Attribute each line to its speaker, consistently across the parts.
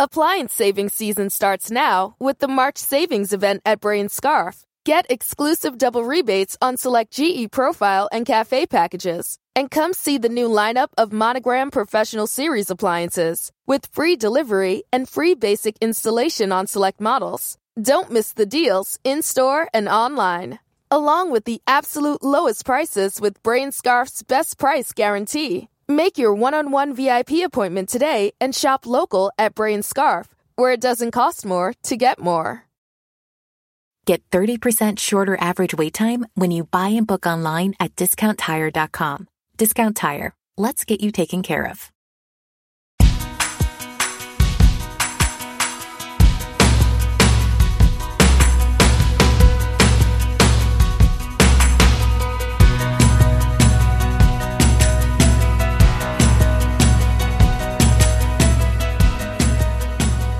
Speaker 1: Appliance savings season starts now with the March savings event at Brain Scarf. Get exclusive double rebates on select GE Profile and Cafe packages. And come see the new lineup of Monogram Professional Series appliances with free delivery and free basic installation on select models. Don't miss the deals in store and online. Along with the absolute lowest prices with Brain Scarf's best price guarantee. Make your one on one VIP appointment today and shop local at Brain Scarf, where it doesn't cost more to get more.
Speaker 2: Get 30% shorter average wait time when you buy and book online at discounttire.com. Discount Tire. Let's get you taken care of.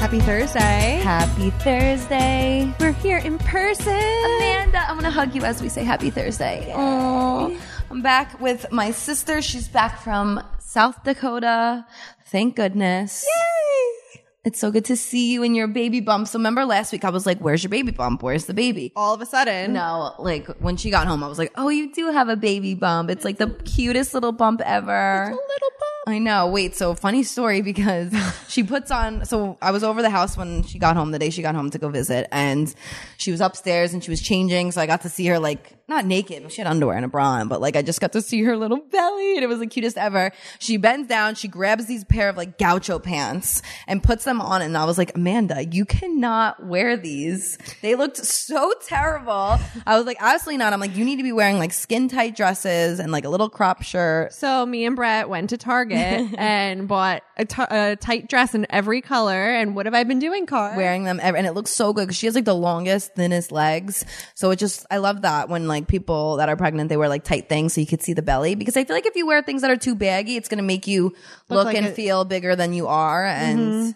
Speaker 3: Happy Thursday.
Speaker 4: Happy Thursday.
Speaker 3: We're here in person.
Speaker 4: Amanda, I'm going to hug you as we say happy Thursday. Aw. I'm back with my sister. She's back from South Dakota. Thank goodness. Yay. It's so good to see you and your baby bump. So remember last week I was like, where's your baby bump? Where's the baby?
Speaker 3: All of a sudden.
Speaker 4: No, like when she got home, I was like, oh, you do have a baby bump. It's like the cutest little bump ever.
Speaker 3: Little bump.
Speaker 4: I know. Wait, so funny story because she puts on. So I was over the house when she got home the day she got home to go visit, and she was upstairs and she was changing. So I got to see her like not naked, but she had underwear and a bra on, but like I just got to see her little belly, and it was the cutest ever. She bends down, she grabs these pair of like gaucho pants and puts them on, and I was like, Amanda, you cannot wear these. They looked so terrible. I was like, absolutely not. I'm like, you need to be wearing like skin tight dresses and like a little crop shirt.
Speaker 3: So me and Brett went to Target and bought a t- a tight dress in every color. And what have I been doing, Car?
Speaker 4: wearing them ever, and it looks so good because she has like the longest, thinnest legs. So it just, I love that when like people that are pregnant, they wear like tight things so you could see the belly because I feel like if you wear things that are too baggy, it's going to make you look,
Speaker 3: like
Speaker 4: and
Speaker 3: a-
Speaker 4: feel bigger than you are, and, um,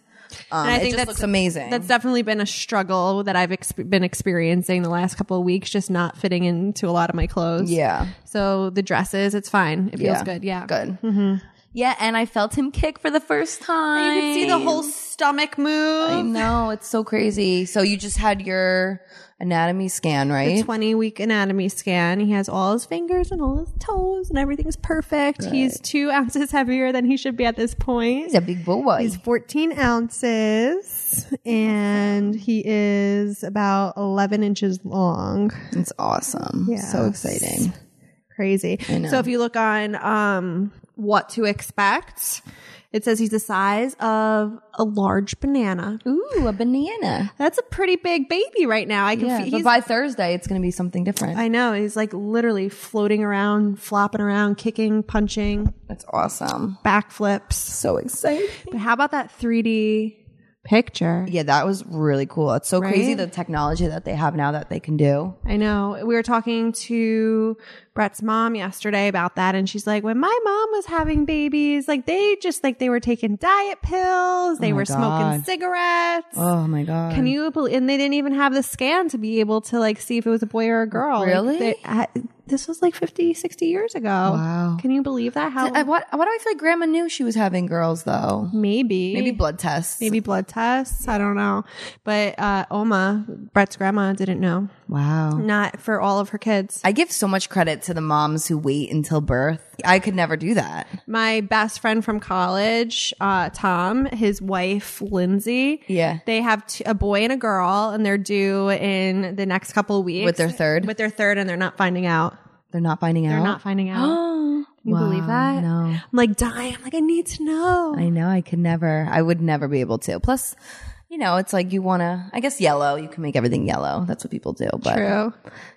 Speaker 3: I
Speaker 4: it
Speaker 3: think
Speaker 4: just
Speaker 3: that's-
Speaker 4: looks amazing.
Speaker 3: That's definitely been a struggle that I've exp- been experiencing the last couple of weeks, just not fitting into a lot of my clothes.
Speaker 4: yeah,
Speaker 3: So the dresses, it's fine. It feels good. Yeah.
Speaker 4: good. Mm-hmm. Yeah, and I felt him kick for the first time.
Speaker 3: You can see the whole stomach
Speaker 4: I
Speaker 3: move.
Speaker 4: know it's so crazy. So you just had your anatomy scan, right?
Speaker 3: 20 week anatomy scan. He has all his fingers and all his toes, and everything's perfect. He's two ounces heavier than he should be at this point.
Speaker 4: He's a big boy.
Speaker 3: He's 14 ounces and he is about 11 inches long.
Speaker 4: it's awesome. So exciting.
Speaker 3: Crazy. So if you look on um, what to expect, it says he's the size of a large banana.
Speaker 4: Ooh, a banana.
Speaker 3: That's a pretty big baby right now. I can
Speaker 4: Yeah,
Speaker 3: feel
Speaker 4: but
Speaker 3: he's,
Speaker 4: by Thursday, it's going to be something different.
Speaker 3: I know. He's like literally floating around, flopping around, kicking, punching,
Speaker 4: That's awesome.
Speaker 3: backflips.
Speaker 4: So excited.
Speaker 3: But how about that 3D picture?
Speaker 4: Yeah, that was really cool. It's so crazy the technology that they have now that they can do.
Speaker 3: I know. We were talking to Brett's mom yesterday about that, and she's like, when my mom was having babies, like they just like they were taking diet pills, they were smoking
Speaker 4: God.
Speaker 3: cigarettes.
Speaker 4: Oh my god.
Speaker 3: Can you believe? And they didn't even have the scan to be able to like see if it was a boy or a girl. Like,
Speaker 4: Really?
Speaker 3: they- I- this was like 50, 60 years ago.
Speaker 4: Wow.
Speaker 3: Can you believe that? How?
Speaker 4: I, Uh, what why do I feel like grandma knew she was having girls though?
Speaker 3: maybe.
Speaker 4: Maybe blood tests.
Speaker 3: Maybe blood tests. I don't know. But uh, Oma, Brett's grandma, didn't know.
Speaker 4: Wow.
Speaker 3: Not for all of her kids.
Speaker 4: I give so much credit to the moms who wait until birth. I could never do that.
Speaker 3: my best friend from college, uh, Tom, his wife Lindsay.
Speaker 4: Yeah.
Speaker 3: they have t- a boy and a girl, and they're due in the next couple of weeks
Speaker 4: With their third? Oh.
Speaker 3: With their third, and they're not finding out.
Speaker 4: They're not finding
Speaker 3: They're
Speaker 4: out.
Speaker 3: not finding out. you believe
Speaker 4: Wow,
Speaker 3: that?
Speaker 4: No.
Speaker 3: I'm like dying. I'm like, I need to know.
Speaker 4: I know I could never. I would never be able to. Plus, you know, it's like you want to. I guess yellow. You can make everything yellow. That's what people do. But
Speaker 3: True.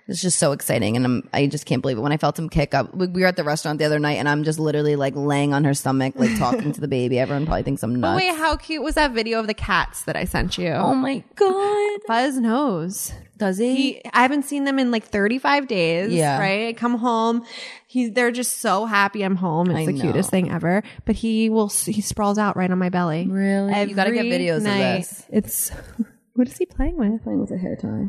Speaker 4: it's just so exciting, and I'm, I just can't believe it. When I felt him kick up, we, we were at the restaurant the other night, and I'm just literally like laying on her stomach, like talking to the baby. Everyone probably thinks I'm nuts.
Speaker 3: Oh, Wait, how cute was that video of the cats that I sent you?
Speaker 4: oh my god!
Speaker 3: Fuzz knows.
Speaker 4: Does he?
Speaker 3: He, I haven't seen them in like 35 days.
Speaker 4: Yeah.
Speaker 3: Right. I come home. He's, they're just so happy I'm home. It's the cutest thing ever. But he will, s- he sprawls out right on my belly.
Speaker 4: Really? You gotta get
Speaker 3: Every
Speaker 4: videos of
Speaker 3: night.
Speaker 4: this.
Speaker 3: It's, what is he playing with?
Speaker 4: playing with a hair tie.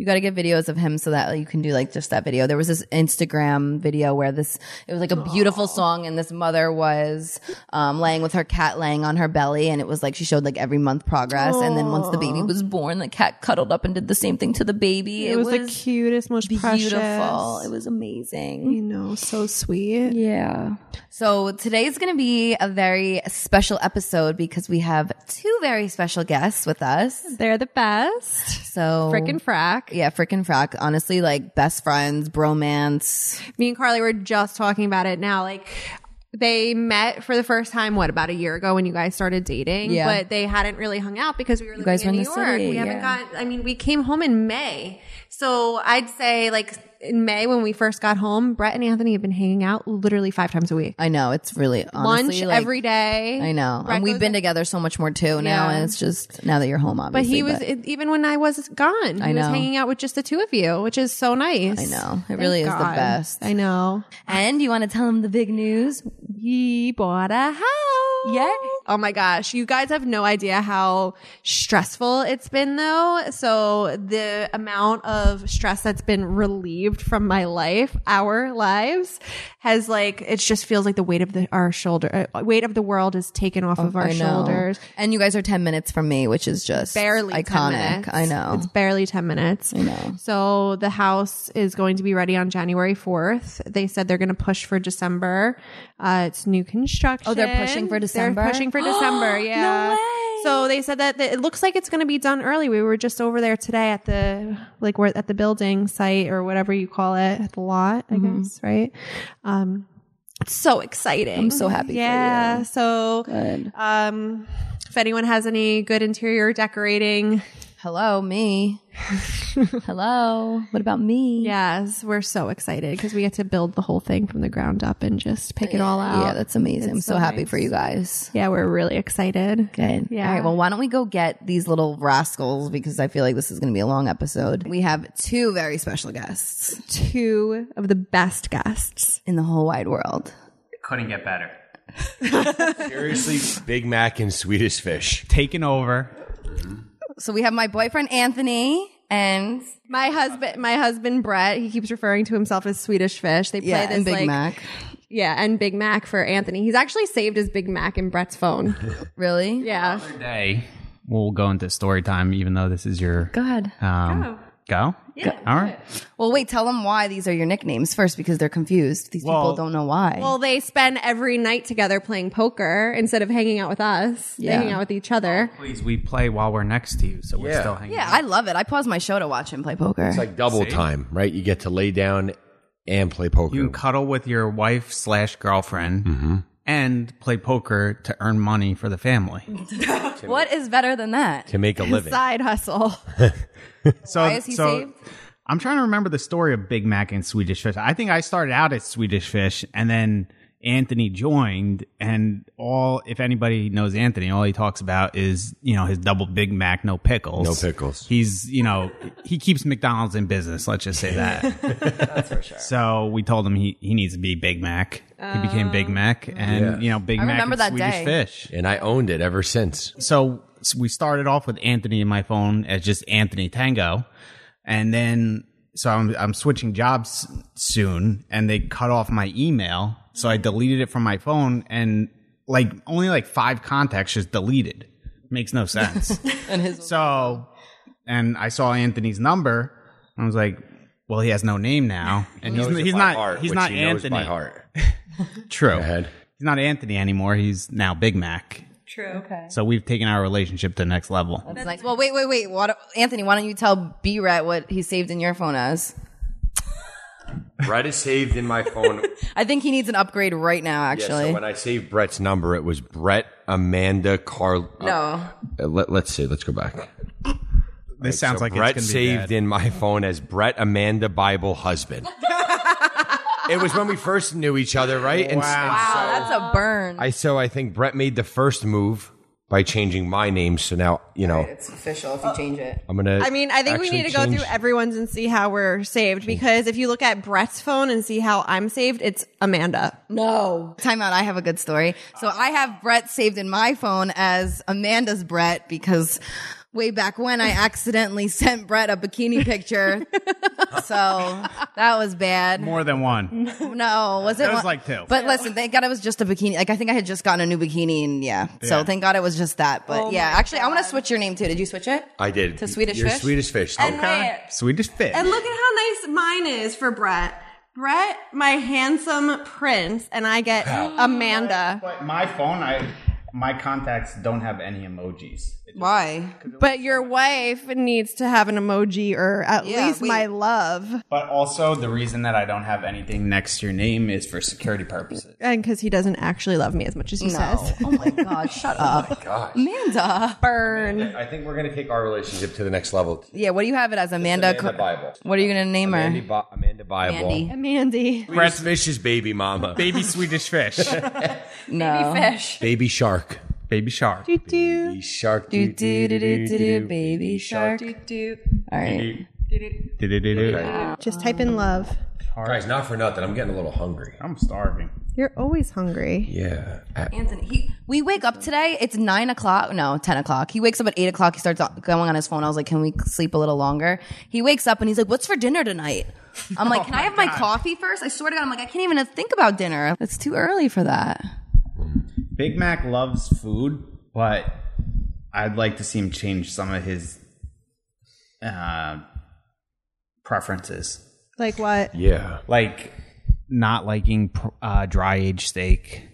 Speaker 4: You got to get videos of him so that you can do like just that video. There was this Instagram video where this it was like a beautiful song and this mother was um, laying with her cat laying on her belly and it was like she showed like every month progress and then once the baby was born the cat cuddled up and did the same thing to the baby.
Speaker 3: It, was, the cutest, most precious.
Speaker 4: beautiful. It was amazing.
Speaker 3: you know, so sweet.
Speaker 4: Yeah. So today's going to be a very special episode because we have two very special guests with us.
Speaker 3: They're the best.
Speaker 4: So
Speaker 3: Frickin' frack.
Speaker 4: yeah, frickin' frack. Honestly, like best friends, bromance.
Speaker 3: Me and Carly were just talking about it now. Like they met for the first time, what, about a year ago when you guys started dating?
Speaker 4: Yeah.
Speaker 3: But they hadn't really hung out because we were living
Speaker 4: guys
Speaker 3: in
Speaker 4: were
Speaker 3: New
Speaker 4: in
Speaker 3: York.
Speaker 4: the city,
Speaker 3: we haven't
Speaker 4: yeah.
Speaker 3: got I mean, we came home in May. So I'd say like in May when we first got home, Brett and Anthony have been hanging out literally five times a week.
Speaker 4: I know it's really honestly,
Speaker 3: Lunch
Speaker 4: like,
Speaker 3: every day.
Speaker 4: I know,
Speaker 3: Brett
Speaker 4: and we've
Speaker 3: goes
Speaker 4: been together so much more too now,
Speaker 3: Yeah.
Speaker 4: and it's just now that you're home,
Speaker 3: But
Speaker 4: obviously.
Speaker 3: he was it, even when I was gone. He
Speaker 4: I
Speaker 3: was
Speaker 4: know.
Speaker 3: hanging out with just the two of you, which is so nice.
Speaker 4: I know. It really is the best.
Speaker 3: I know.
Speaker 4: and you want to tell him the big news?
Speaker 3: He bought a house.
Speaker 4: Yeah.
Speaker 3: Oh my gosh, you guys have no idea how stressful it's been though. So the amount of stress that's been relieved from my life, our lives, has like it just feels like the weight of the our shoulder, uh, weight of the world is taken off of our
Speaker 4: Oh, I know.
Speaker 3: shoulders.
Speaker 4: And you guys are ten minutes from me, which is just
Speaker 3: barely 10
Speaker 4: iconic.
Speaker 3: minutes.
Speaker 4: I know.
Speaker 3: It's barely 10 minutes. I
Speaker 4: know.
Speaker 3: So the house is going to be ready on January 4th. They said they're going to push for December. Uh, it's new construction.
Speaker 4: Oh, they're pushing for December?
Speaker 3: They're pushing for December. Yeah.
Speaker 4: way.
Speaker 3: So they said that that it looks like it's going to be done early. We were just over there today at the like we're at the building site or whatever you call it at the lot, I
Speaker 4: Mm-hmm.
Speaker 3: guess, right? Um it's so exciting. I'm
Speaker 4: so happy for
Speaker 3: Yeah. So um if anyone has any good interior decorating,
Speaker 4: Hello, me. Hello. What about me?
Speaker 3: yes, we're so excited because we get to build the whole thing from the ground up and just pick it all out.
Speaker 4: Yeah, that's amazing. I'm so,
Speaker 3: so
Speaker 4: happy for you guys.
Speaker 3: yeah, we're really excited.
Speaker 4: Good.
Speaker 3: Yeah.
Speaker 4: All right. Well, why don't we go get these little rascals because I feel like this is going to be a long episode. We have two very special guests
Speaker 3: Two of the best guests.
Speaker 4: in the whole wide world.
Speaker 5: Couldn't get better.
Speaker 6: Seriously, Big Mac and Swedish fish.
Speaker 7: taken over.
Speaker 4: So we have my boyfriend Anthony and
Speaker 3: My husband, my husband Brett, he keeps referring to himself as Swedish Fish. They play
Speaker 4: yeah,
Speaker 3: this
Speaker 4: and Big
Speaker 3: like,
Speaker 4: Mac.
Speaker 3: yeah, and Big Mac for Anthony. He's actually saved his Big Mac in Brett's phone.
Speaker 4: Really?
Speaker 3: Yeah,
Speaker 7: Today, we'll go into story time, even though this is your
Speaker 4: Go ahead.
Speaker 7: um, go. Yeah. All right.
Speaker 4: Well, wait. Tell them why these are your nicknames first because they're confused. These people
Speaker 7: Well-
Speaker 4: don't know why.
Speaker 3: Well, they spend every night together playing poker instead of hanging out with us.
Speaker 4: Yeah.
Speaker 3: They hang out with each other.
Speaker 7: Please, we play while we're next to you, so we're
Speaker 6: Yeah.
Speaker 7: still hanging.
Speaker 4: yeah,
Speaker 7: out.
Speaker 4: I love it. I pause my show to watch him play poker.
Speaker 6: It's like double time, right? You get to lay down and play poker.
Speaker 7: you can cuddle with your wife slash girlfriend and play poker to earn money for the family.
Speaker 4: what is better than that?
Speaker 6: to make a living.
Speaker 3: Side hustle.
Speaker 7: So,
Speaker 4: Why is he
Speaker 7: so
Speaker 4: saved?
Speaker 7: I'm trying to remember the story of Big Mac and Swedish Fish. I think I started out at Swedish Fish, and then Anthony joined. And all, if anybody knows Anthony, all he talks about is you know his double Big Mac, no pickles,
Speaker 6: No pickles.
Speaker 7: He's you know he keeps McDonald's in business. Let's just say that. That's for sure. So we told him he he needs to be Big Mac. he became Big Mac, and you know Big
Speaker 4: Oh. I
Speaker 7: Mac
Speaker 4: remember
Speaker 7: and
Speaker 4: that
Speaker 7: Swedish
Speaker 4: day.
Speaker 7: Fish
Speaker 6: and I owned it ever since.
Speaker 7: so, so we started off with Anthony in my phone as just Anthony Tango, and then so I'm I'm switching jobs soon, and they cut off my email, so I deleted it from my phone, and like only like five contacts just deleted. Makes no sense. so, and I saw Anthony's number, and I was like. Well, he has no name now, and he's, he's not he's not Anthony.
Speaker 6: by heart.
Speaker 7: True.
Speaker 6: ahead.
Speaker 7: He's not Anthony anymore. He's now Big Mac.
Speaker 3: True. Okay.
Speaker 7: So we've taken our relationship to the next level.
Speaker 4: It's like, well, wait, wait, wait. What, Anthony, why don't you tell B Rat what he saved in your phone as?
Speaker 6: Brett is saved in my phone.
Speaker 4: I think he needs an upgrade right now,
Speaker 6: Yeah,
Speaker 4: actually.
Speaker 6: so when I saved Brett's number, it was Brett Amanda Carl.
Speaker 4: no.
Speaker 6: Uh, let, let's see. Let's go back.
Speaker 7: This sounds like
Speaker 6: Brett
Speaker 7: it's gonna be
Speaker 6: saved in my phone as Brett Amanda Bible husband. it was when we first knew each other, right? And,
Speaker 7: Wow.
Speaker 4: Wow, Oh, that's a burn.
Speaker 6: I so I think Brett made the first move by changing my name. So now you know
Speaker 4: it's official if you change it.
Speaker 6: I'm gonna.
Speaker 3: I mean, I think we
Speaker 6: actually
Speaker 3: need to go
Speaker 6: change-
Speaker 3: through everyone's and see how we're saved because if you look at Brett's phone and see how I'm saved, it's Amanda.
Speaker 4: No. Time out. I have a good story. So I have Brett saved in my phone as Amanda's Brett because way back when I accidentally sent Brett a bikini picture. so that was bad.
Speaker 7: More than one.
Speaker 4: No, was it?
Speaker 7: That was
Speaker 4: one-
Speaker 7: like two.
Speaker 4: But listen, thank God it was just a bikini. Like I think I had just gotten a new bikini, and yeah. So
Speaker 7: Yeah.
Speaker 4: thank God it was just that. But yeah, actually, I want to switch your name too. Did you switch it?
Speaker 6: I did.
Speaker 4: To Swedish
Speaker 6: You're
Speaker 4: fish?
Speaker 6: Swedish fish. Oh
Speaker 3: Wait.
Speaker 7: Swedish fish.
Speaker 3: And look at how nice mine is for Brett. Brett, my handsome prince, and I get Amanda.
Speaker 7: But my phone, I my contacts don't have any emojis.
Speaker 4: Why?
Speaker 3: But your wife needs to have an emoji or at
Speaker 4: Yeah,
Speaker 3: least
Speaker 4: wait.
Speaker 3: my love.
Speaker 7: But also, the reason that I don't have anything next to your name is for security purposes.
Speaker 3: And because he doesn't actually love me as much as he
Speaker 4: No.
Speaker 3: says.
Speaker 4: oh my God! Shut up,
Speaker 6: Gosh.
Speaker 4: Amanda.
Speaker 3: Burn.
Speaker 6: I think we're going to take our relationship to the next level.
Speaker 4: Yeah. What do you have it as, Amanda?
Speaker 6: Amanda Bible.
Speaker 4: What are you gonna name
Speaker 6: Amanda,
Speaker 4: her?
Speaker 6: Bi- Amanda Bible.
Speaker 4: Mandy.
Speaker 3: Mandy.
Speaker 6: Brett's Fish's baby mama.
Speaker 7: Baby Swedish fish.
Speaker 4: No.
Speaker 2: Fish.
Speaker 6: baby shark.
Speaker 7: Baby shark.
Speaker 6: Baby shark.
Speaker 4: Do do do do do do baby shark. All right.
Speaker 7: Do-do-do-do.
Speaker 3: Just type in love.
Speaker 6: Guys, not for nothing. I'm getting a little hungry.
Speaker 7: I'm starving.
Speaker 3: You're always hungry.
Speaker 6: Yeah.
Speaker 4: Anthony, he, we wake up today. It's nine o'clock. No, ten o'clock. He wakes up at eight o'clock. He starts going on his phone. I was like, "Can we sleep a little longer?" He wakes up and he's like, "What's for dinner tonight?" I'm like, "Can I have my coffee first? I swear to God, I'm like, I can't even think about dinner. It's too early for that.
Speaker 7: Big Mac loves food, but I'd like to see him change some of his uh, preferences,
Speaker 3: Like what?
Speaker 6: Yeah.
Speaker 7: like not liking pr- uh, dry aged steak,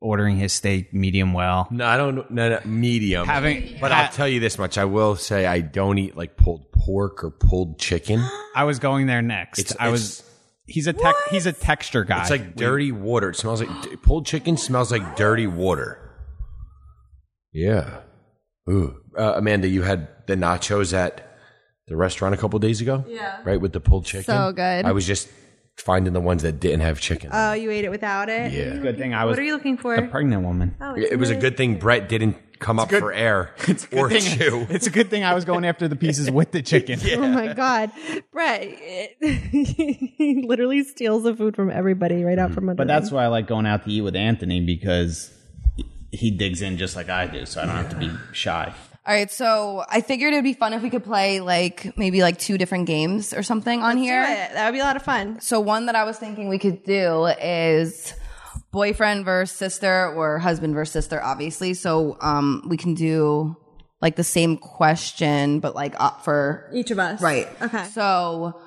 Speaker 7: ordering his steak medium well.
Speaker 6: No, I don't. No, no medium.
Speaker 7: Having-
Speaker 6: but I'll tell you this much. I will say I don't eat like pulled pork or pulled chicken.
Speaker 7: I was going there next.
Speaker 6: It's-
Speaker 7: I was. He's a tec- he's a texture guy.
Speaker 6: It's like dirty water. It smells like d- pulled chicken. Smells like dirty water. Yeah. Ooh, uh, Amanda, you had the nachos at the restaurant a couple days ago. Yeah. Right with the pulled chicken.
Speaker 3: So good.
Speaker 6: I was just finding the ones that didn't have chicken.
Speaker 3: Oh, you ate it without it?
Speaker 6: yeah.
Speaker 7: good thing I was
Speaker 3: What are you looking for? Oh.
Speaker 7: the pregnant woman.
Speaker 6: It was a good thing Brett didn't come up for air or chew.
Speaker 7: It's a good thing I was going after the pieces with the chicken.
Speaker 3: Oh my God. Brett, he literally steals the food from everybody right
Speaker 6: Mm-hmm.
Speaker 3: out from under
Speaker 7: But that's why I like going out to eat with Anthony because he digs in just like I do, so I don't have to be shy.
Speaker 4: All right, so I figured it'd be fun if we could play like maybe like two different games or something on here.
Speaker 3: That would be a lot of fun.
Speaker 4: So one that I was thinking we could do is boyfriend versus sister or husband versus sister, obviously. So um, we can do like the same question, but like up for
Speaker 3: Each of us.
Speaker 4: right.
Speaker 3: Okay.
Speaker 4: So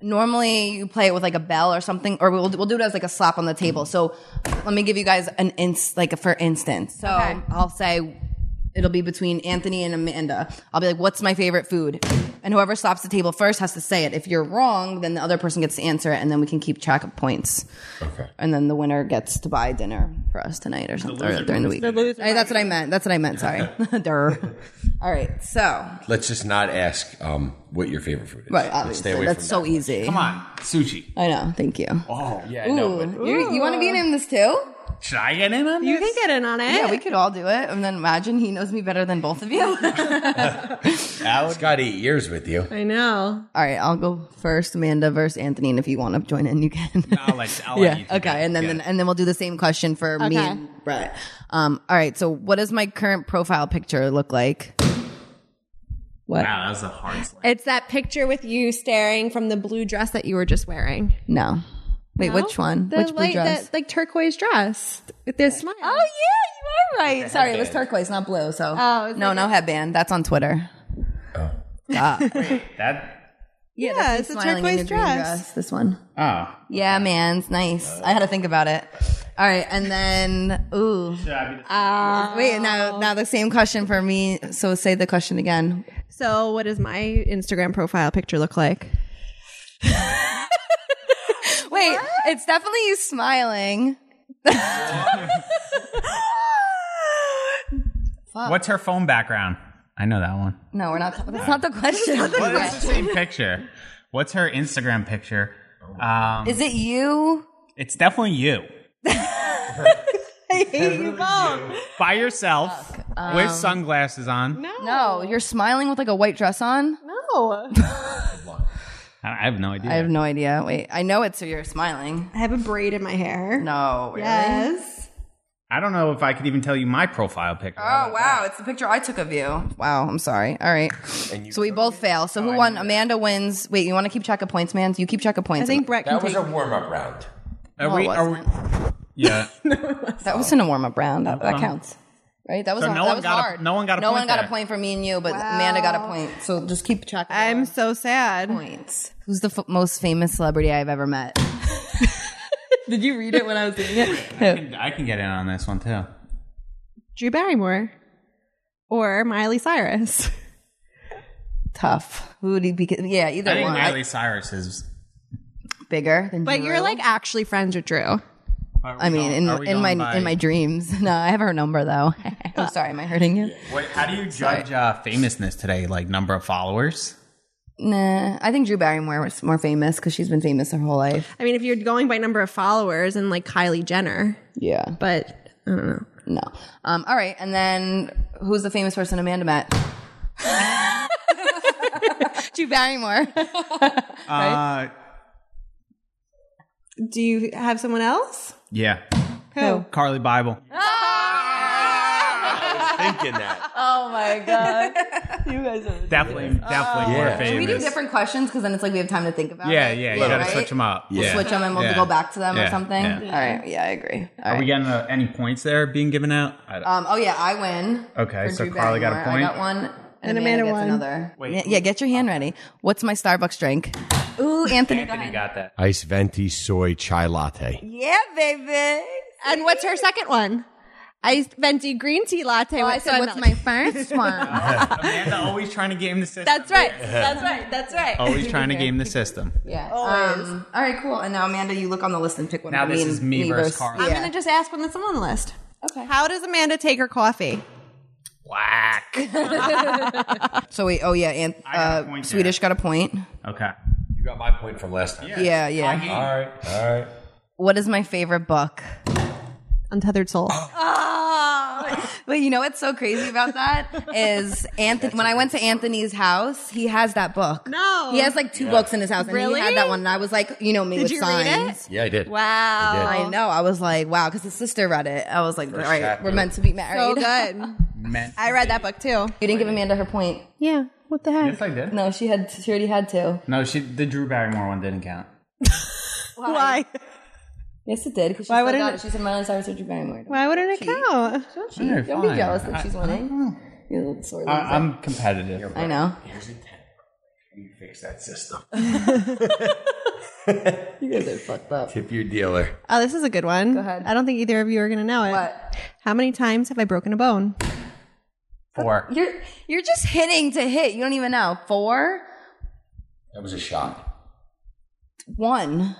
Speaker 4: normally you play it with like a bell or something, or we'll we'll do it as like a slap on the table. So let me give you guys an ins like a, for instance. So I'll say. It'll be between Anthony and Amanda. I'll be like, "What's my favorite food?" And whoever slaps the table first has to say it. If you're wrong, then the other person gets to answer it, and then we can keep track of points. Okay. And then the winner gets to buy dinner for us tonight or something or during the week. Hey, that's what I meant. That's what I meant. Sorry. Durr. All right. So
Speaker 6: Let's just not ask um, what your favorite food is.
Speaker 4: Right,
Speaker 6: Let's
Speaker 4: obviously.
Speaker 6: stay away
Speaker 4: That's
Speaker 6: from
Speaker 4: so easy. Come
Speaker 7: on, sushi.
Speaker 4: I know. Thank you. Ooh,
Speaker 7: Oh yeah,
Speaker 4: you you want to be in this too?
Speaker 7: Should I get in on
Speaker 3: You can get in on it.
Speaker 4: Yeah, we could all do it. And then imagine he knows me better than both of you. all
Speaker 6: that. It's got eight years with you.
Speaker 3: I know.
Speaker 4: right, I'll go first, Amanda versus Anthony. And if you want to join in, you can.
Speaker 7: I'll let, I'll let
Speaker 4: yeah.
Speaker 7: you. take
Speaker 4: Okay.
Speaker 7: it.
Speaker 4: And then,
Speaker 7: Yeah.
Speaker 4: then and then we'll do the same question for
Speaker 3: Okay.
Speaker 4: me and Brett. Um, all right. So, what does my current profile picture look like? What?
Speaker 7: wow, that was a hard slap.
Speaker 3: It's that picture with you staring from the blue dress that you were just wearing.
Speaker 4: No. Wait, which one?
Speaker 3: The
Speaker 4: which blue
Speaker 3: light-
Speaker 4: dress?
Speaker 3: That, like turquoise dress. With the smile.
Speaker 4: Oh yeah, you are right. Sorry, it was turquoise, not blue. So
Speaker 3: Oh, it's
Speaker 4: no, no headband. That's on Twitter.
Speaker 7: That
Speaker 4: Yeah,
Speaker 3: Yeah,
Speaker 4: that's
Speaker 3: it's
Speaker 4: me
Speaker 3: a
Speaker 4: smiling in
Speaker 3: turquoise
Speaker 4: the green
Speaker 3: dress.
Speaker 4: This one.
Speaker 7: oh,
Speaker 4: Yeah, man, it's nice. I had to think about it. All right, and then ooh, Uh, wait. Now, now the same question for me. So say the question again.
Speaker 3: So, what does my Instagram profile picture look like?
Speaker 4: Wait, it's definitely you smiling.
Speaker 7: what's her phone background? I know that one.
Speaker 4: No, we're not. That's not the question.
Speaker 7: It's the same picture. What's her Instagram picture? Um,
Speaker 4: Is it you?
Speaker 7: it's definitely you
Speaker 3: I hate you both.
Speaker 7: by yourself with sunglasses on.
Speaker 4: um, No, you're smiling with like a white dress on.
Speaker 3: No.
Speaker 7: I I have no idea.
Speaker 4: I have no idea. Wait, I know it's so you're smiling.
Speaker 3: I have a braid in my hair.
Speaker 4: No, really.
Speaker 3: Yes.
Speaker 7: I don't know if I could even tell you my profile picture.
Speaker 4: Oh wow, it's the picture I took of you. Wow, I'm sorry. All right. So we both fail.
Speaker 7: Oh,
Speaker 4: So who won? Amanda wins. Wait, you want to keep track of points, man? You keep track of points.
Speaker 3: I think Brett can
Speaker 6: That was
Speaker 3: take.
Speaker 6: a warm up round.
Speaker 7: Are we? Are we yeah.
Speaker 4: that was in a warm up round. That, that counts. Right? That was,
Speaker 7: Uh-huh. So
Speaker 4: hard.
Speaker 7: no
Speaker 4: that
Speaker 7: one
Speaker 4: was
Speaker 7: got a-
Speaker 4: hard.
Speaker 7: no one got a
Speaker 4: No
Speaker 7: point
Speaker 4: one got
Speaker 7: there.
Speaker 4: a point for me and you, but Amanda got a point. So just keep track of
Speaker 3: I'm
Speaker 4: our
Speaker 3: so sad.
Speaker 4: points. Who's the f- most famous celebrity I've ever met? Did you read it when I was doing it?
Speaker 7: I can get in on this one too.
Speaker 3: Drew Barrymore or Miley Cyrus.
Speaker 4: Tough. Who would he be? Yeah, either
Speaker 7: I think
Speaker 4: one.
Speaker 7: Miley Cyrus is.
Speaker 4: bigger than
Speaker 3: But
Speaker 4: Drew.
Speaker 3: you're like actually friends with Drew.
Speaker 4: I mean, in, in my in my dreams. No, I have her number though. I'm sorry. Am I hurting you?
Speaker 7: Wait, how do you judge uh, famousness today? Like number of followers?
Speaker 4: Nah, I think Drew Barrymore was more famous because she's been famous her whole life.
Speaker 3: I mean, if you're going by number of followers and like Kylie Jenner,
Speaker 4: Yeah,
Speaker 3: but I don't know.
Speaker 4: no. Um, all right, and then who's the famous person Amanda met? Drew Barrymore.
Speaker 7: Uh,
Speaker 3: Do you have someone else?
Speaker 7: yeah.
Speaker 3: Who?
Speaker 7: Carly Bible.
Speaker 6: Thinking that.
Speaker 4: oh my god.
Speaker 7: Definitely, definitely more
Speaker 6: Yeah. Can we
Speaker 4: we
Speaker 7: famous.
Speaker 6: do
Speaker 4: do different questions because then it's like we have time to think about.
Speaker 7: yeah,
Speaker 4: it.
Speaker 7: yeah. You gotta
Speaker 4: Right?
Speaker 7: switch them up.
Speaker 4: We'll
Speaker 7: yeah.
Speaker 4: switch them and we'll
Speaker 7: Yeah.
Speaker 4: go back to them
Speaker 7: Yeah.
Speaker 4: or something.
Speaker 7: Yeah.
Speaker 4: All right. Yeah, I agree. All
Speaker 7: Are we
Speaker 4: right.
Speaker 7: getting uh, any points there being given out? I don't-
Speaker 4: Um, oh yeah, I win.
Speaker 7: Okay,
Speaker 4: for
Speaker 7: so
Speaker 4: Drew
Speaker 7: Carly got a
Speaker 4: Barrymore. I
Speaker 7: point.
Speaker 4: got one.
Speaker 3: And
Speaker 4: And,
Speaker 3: Amanda
Speaker 4: Amanda, gets
Speaker 3: won.
Speaker 4: another. yeah, yeah, get your hand ready. What's my Starbucks drink? Ooh, Anthony. go
Speaker 7: Anthony
Speaker 4: ahead.
Speaker 7: got that.
Speaker 6: Ice venti soy chai latte.
Speaker 4: Yeah, baby.
Speaker 3: And what's her second one? Iced venti green tea latte.
Speaker 4: I
Speaker 3: with
Speaker 4: said,
Speaker 3: soy
Speaker 4: what's
Speaker 3: Oh, milk.
Speaker 4: my first one?
Speaker 7: Amanda always trying to game the system.
Speaker 3: That's right. That's right. That's right.
Speaker 7: always trying to game the system.
Speaker 4: yeah. Um, all right, cool. And now, Amanda, you look on the list and pick one.
Speaker 7: Now
Speaker 4: of
Speaker 7: this is me versus Carly.
Speaker 3: I'm gonna just ask one that's on the list. Okay. How does Amanda take her coffee?
Speaker 7: Whack.
Speaker 4: So wait, oh yeah, and
Speaker 7: got a
Speaker 4: uh,
Speaker 7: point there.
Speaker 4: Swedish got a point.
Speaker 7: Okay.
Speaker 6: You got my point from last time.
Speaker 4: Yeah, yeah.
Speaker 6: All right, all right.
Speaker 4: What is my favorite book?
Speaker 3: Untethered soul. Oh,
Speaker 4: But you know what's so crazy about that is Anthony. when I went to Anthony's house, he has that book.
Speaker 3: No.
Speaker 4: he has like two books in his house, and
Speaker 3: Really?
Speaker 4: he had that one. And I was like, you know, me with
Speaker 3: you read
Speaker 4: signs.
Speaker 3: it? Oh.
Speaker 6: Yeah, I did.
Speaker 3: Wow.
Speaker 4: I know. I was like, wow, because his sister read it. I was like, all right,
Speaker 6: chapter.
Speaker 4: we're meant to be married.
Speaker 3: So good.
Speaker 7: Meant.
Speaker 3: I read that book too.
Speaker 4: You didn't give Amanda her point.
Speaker 3: Yeah. What the heck?
Speaker 7: Yes, I did.
Speaker 4: No, she had. She already had two.
Speaker 7: No, she the Drew Barrymore one didn't count.
Speaker 3: Why?
Speaker 4: Yes, it did. Because she
Speaker 3: Why
Speaker 4: still
Speaker 3: wouldn't
Speaker 4: got
Speaker 3: it-
Speaker 4: it. She said Miley Cyrus or Drew Barrymore.
Speaker 3: Why wouldn't it count?
Speaker 4: Don't cheat. Don't be
Speaker 7: fine.
Speaker 4: jealous that
Speaker 7: I-
Speaker 4: she's winning. You little sore loser.
Speaker 7: I, am competitive.
Speaker 4: I know.
Speaker 6: You fix that system.
Speaker 4: You guys are fucked up.
Speaker 6: Tip your dealer.
Speaker 3: Oh, this is a good one. Go
Speaker 4: ahead.
Speaker 3: I don't think either of you are gonna know it.
Speaker 4: What?
Speaker 3: How many times have I broken a bone?
Speaker 7: Four.
Speaker 4: You're you're just hitting to hit. You don't even know. Four,
Speaker 6: That was a shot.
Speaker 4: one.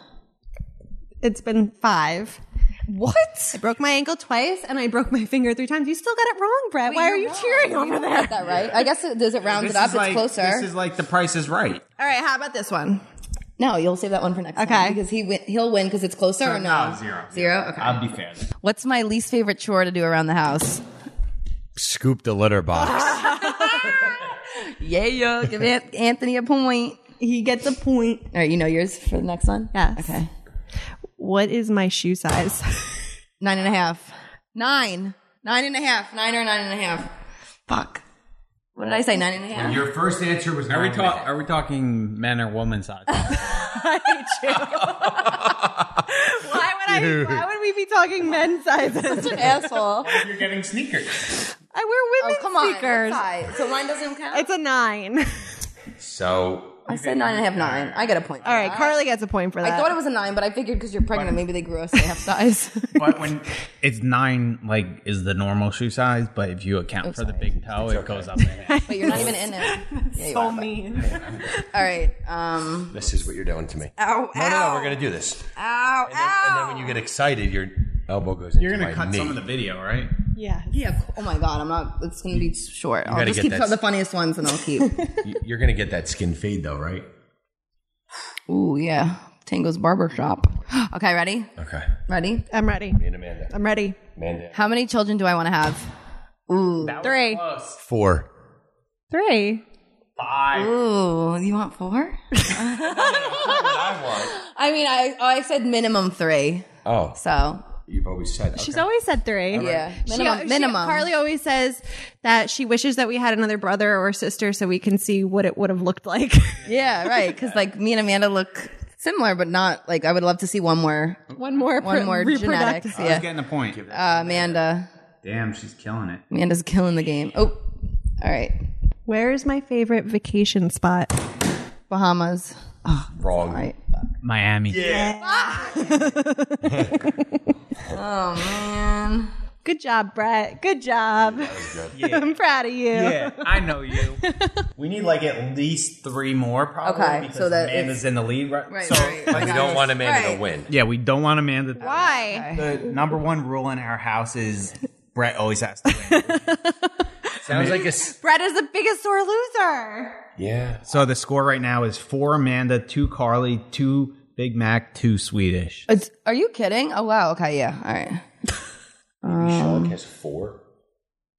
Speaker 3: It's been five.
Speaker 4: What?
Speaker 3: I broke my ankle twice and I broke my finger three times. You still got it wrong, Brett. Why are you cheering over there?
Speaker 4: Is that right? I guess it, does it round it up? It's closer.
Speaker 7: This is like the price is right.
Speaker 3: All right, how about this one?
Speaker 4: no, you'll save that one for next time
Speaker 3: Okay.
Speaker 4: because he win, he'll win because it's closer or no?
Speaker 7: zero.
Speaker 4: Zero. Okay.
Speaker 7: I'll be fair.
Speaker 4: What's my least favorite chore to do around the house?
Speaker 6: Scoop the litter box.
Speaker 4: Yeah, yo, give An- Anthony a point.
Speaker 3: He gets a point.
Speaker 4: All right, you know yours for the next one.
Speaker 3: Yes.
Speaker 4: Okay.
Speaker 3: What is my shoe size?
Speaker 4: Nine and a half. Nine. Nine and a half. Nine or nine and a half. Fuck. What did I say? Nine and a half.
Speaker 6: Your first answer was
Speaker 7: Are we, talk, are we talking men or woman size?
Speaker 3: why would I? Why would we be talking men's
Speaker 4: Oh,
Speaker 3: sizes?
Speaker 4: Asshole.
Speaker 7: You're getting sneakers.
Speaker 3: I wear
Speaker 4: Oh
Speaker 3: women's
Speaker 4: come on.
Speaker 3: sneakers.
Speaker 4: Tie. So mine doesn't count.
Speaker 3: It's a nine.
Speaker 6: So
Speaker 4: I said nine and a half. Nine. I get a point.
Speaker 3: All right, Carly gets a point for that.
Speaker 4: I thought it was a nine, but I figured because you're pregnant, maybe they grew us to half size.
Speaker 7: But when it's nine, like is the normal shoe size. But if you account for the big toe, it goes up. and down.
Speaker 4: but you're not even in it. Yeah, you are, but-
Speaker 3: mean.
Speaker 4: All right. Um.
Speaker 6: this is what you're doing to me.
Speaker 4: Ow.
Speaker 6: No, no, no. We're gonna do this.
Speaker 4: Ow.
Speaker 6: And then, and then when you get excited, your elbow goes into
Speaker 7: You're
Speaker 6: my
Speaker 7: gonna cut
Speaker 6: knee.
Speaker 7: some of the video, right?
Speaker 3: Yeah.
Speaker 4: Yeah. Oh my god. I'm not. It's gonna be short. I'll
Speaker 6: gotta
Speaker 4: just
Speaker 6: get
Speaker 4: keep
Speaker 6: that
Speaker 4: some of the
Speaker 6: s-
Speaker 4: funniest ones, and I'll keep.
Speaker 6: You- You're gonna get that skin fade though, right?
Speaker 4: Ooh yeah. Tango's barber shop. Okay. Ready.
Speaker 6: Okay.
Speaker 4: Ready.
Speaker 3: I'm ready.
Speaker 6: Me and Amanda.
Speaker 3: I'm ready.
Speaker 6: Amanda.
Speaker 4: How many children do I want to have? Ooh.
Speaker 3: Three.
Speaker 6: Four.
Speaker 3: Three.
Speaker 7: Five.
Speaker 4: Ooh. You want four?
Speaker 6: I want.
Speaker 4: I mean, I oh, I said minimum three.
Speaker 6: Oh,
Speaker 4: So
Speaker 6: You've always said.
Speaker 3: She's
Speaker 6: okay.
Speaker 3: always said three.
Speaker 4: Yeah.
Speaker 3: She-
Speaker 4: Minimum-
Speaker 3: she-
Speaker 4: minimum.
Speaker 3: Carly always says that she wishes that we had another brother or sister so we can see what it would have looked like.
Speaker 4: Yeah, right. Because like me and Amanda look similar, but not like I would love to see one more,
Speaker 3: one more,
Speaker 4: one more genetics.
Speaker 7: I was
Speaker 4: Yeah,
Speaker 7: getting the point.
Speaker 4: uh, Amanda.
Speaker 7: Damn, she's killing it.
Speaker 4: Amanda's killing the game. Oh, all right,
Speaker 3: Where is my favorite vacation spot?
Speaker 4: Bahamas.
Speaker 6: wrong.
Speaker 4: Right.
Speaker 7: Miami. Yeah.
Speaker 3: Good job, Brett. Good job. I'm proud of you.
Speaker 7: I know you. we need like at least three more, probably.
Speaker 4: Okay,
Speaker 7: because
Speaker 4: so that
Speaker 7: Amanda's in the lead, right?
Speaker 4: Right,
Speaker 7: so,
Speaker 4: right,
Speaker 6: Like, we don't want Amanda
Speaker 4: Right.
Speaker 6: to win.
Speaker 7: Yeah, we don't want Amanda.
Speaker 3: Why?
Speaker 7: The number one rule in our house is Brett always has to win.
Speaker 6: Sounds like a. s-
Speaker 3: Brett is the biggest sore loser.
Speaker 6: Yeah.
Speaker 7: so the score right now is four Amanda, two Carly, two Big Mac, two Swedish.
Speaker 4: It's, are you kidding? Oh wow. Okay. Yeah. All right.
Speaker 6: Shark has four.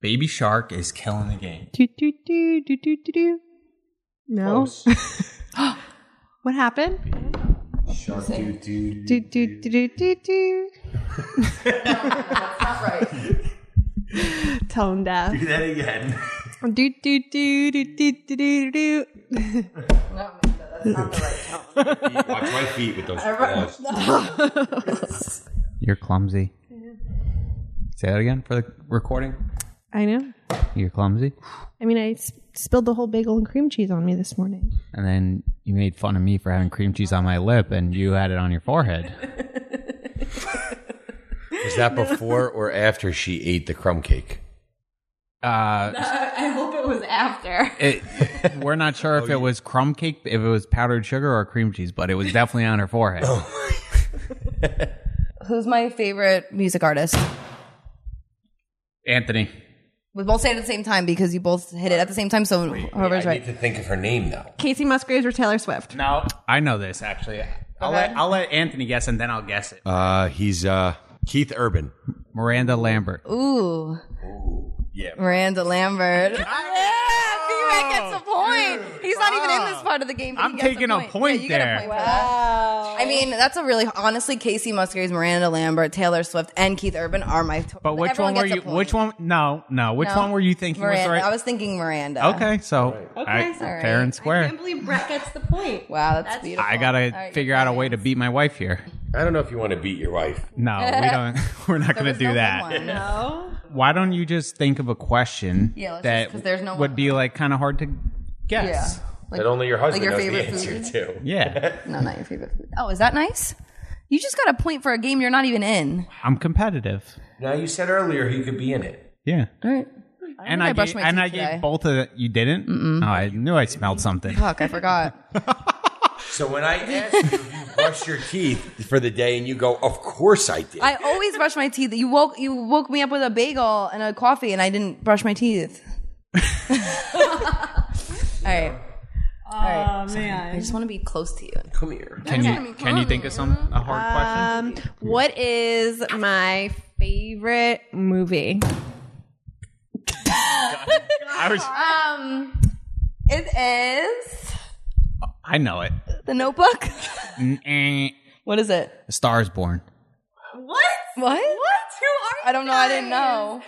Speaker 7: Baby Shark is killing the game.
Speaker 3: Do, do, do, do, do, do, do. No.
Speaker 6: Close.
Speaker 3: What happened?
Speaker 6: Shark dude, dude.
Speaker 3: Do, do, do, do, do, do. Tone deaf.
Speaker 7: Do that again.
Speaker 3: Do, do, do, do, do, do, do, do.
Speaker 6: Watch my feet with those claws.
Speaker 7: You're clumsy. Say that again for the recording.
Speaker 3: I know.
Speaker 7: You're clumsy.
Speaker 3: I mean, I s- spilled the whole bagel and cream cheese on me this morning.
Speaker 7: And then you made fun of me for having cream cheese on my lip and you had it on your forehead.
Speaker 6: Was that before or after she ate the crumb cake?
Speaker 7: Uh,
Speaker 4: I hope it was after.
Speaker 7: it, we're not sure if it was crumb cake, if it was powdered sugar or cream cheese, but it was definitely on her forehead.
Speaker 4: Who's my favorite music artist?
Speaker 7: Anthony.
Speaker 4: We both say it at the same time because you both hit it at the same time. So whoever's
Speaker 6: I
Speaker 4: right.
Speaker 6: need to think of her name though.
Speaker 3: Casey Musgraves or Taylor Swift?
Speaker 7: No, I know this actually. I'll let, I'll let Anthony guess and then I'll guess it.
Speaker 6: Uh, he's uh Keith Urban.
Speaker 7: Miranda Lambert.
Speaker 4: Ooh,
Speaker 6: Yeah.
Speaker 4: Miranda Lambert. Yeah, B-Mac gets a point. He's not even in this part of the game. but
Speaker 7: I'm
Speaker 4: he gets
Speaker 7: taking a
Speaker 4: point.
Speaker 7: point
Speaker 4: yeah, you get
Speaker 7: there.
Speaker 4: A point for that. I mean, that's a really honestly. Casey Musgraves, Miranda Lambert, Taylor Swift, and Keith Urban are my. To-
Speaker 7: But which
Speaker 4: everyone
Speaker 7: one were
Speaker 4: gets a
Speaker 7: you?
Speaker 4: point.
Speaker 7: Which one? No, no. Which
Speaker 4: No.
Speaker 7: one were you thinking
Speaker 4: Miranda.
Speaker 7: was right?
Speaker 4: I was thinking Miranda.
Speaker 7: okay, so I,
Speaker 4: sorry.
Speaker 7: fair and square. I,
Speaker 3: believe Brett gets the point.
Speaker 4: Wow, that's, beautiful.
Speaker 7: gotta
Speaker 4: right,
Speaker 7: figure out a way to beat my wife here.
Speaker 6: I don't know if you want to beat your wife.
Speaker 7: No, we don't. We're not going to do
Speaker 4: no good
Speaker 7: that.
Speaker 4: one.
Speaker 7: Why don't you just think of a question
Speaker 4: Yeah, let's just-
Speaker 7: that
Speaker 4: 'cause there's no
Speaker 7: would
Speaker 4: one.
Speaker 7: be like kind of hard to guess?
Speaker 6: That only your husband
Speaker 4: your
Speaker 6: knows the
Speaker 4: favorite
Speaker 6: answer
Speaker 4: food?
Speaker 6: to.
Speaker 7: Yeah,
Speaker 4: No, not your favorite food. Oh, is that nice? You just got a point for a game you're not even in.
Speaker 7: I'm competitive.
Speaker 6: Now you said earlier he could be in it.
Speaker 7: Yeah,
Speaker 4: All right.
Speaker 7: and
Speaker 4: I
Speaker 7: I,
Speaker 4: brushed
Speaker 7: gave,
Speaker 4: my
Speaker 7: and
Speaker 4: teeth
Speaker 7: I gave
Speaker 4: today.
Speaker 7: both of the, you didn't. Oh, I knew I smelled something.
Speaker 4: Fuck, I forgot.
Speaker 6: So when I asked you if you brushed your teeth for the day and you go, Of course I did.
Speaker 4: I always brush my teeth. You woke you woke me up with a bagel and a coffee, and I didn't brush my teeth. All right. All right. Oh man, I just want to be close to you.
Speaker 6: Come here.
Speaker 7: Can you can you think of some a hard
Speaker 4: Um,
Speaker 7: question?
Speaker 3: What is my favorite movie?
Speaker 7: I was.
Speaker 4: Um, it is
Speaker 7: I know it.
Speaker 4: the Notebook.
Speaker 7: Mm, eh.
Speaker 4: What is it?
Speaker 7: A Star is Born.
Speaker 3: What?
Speaker 4: What? What? Who are? I don't know. I didn't know.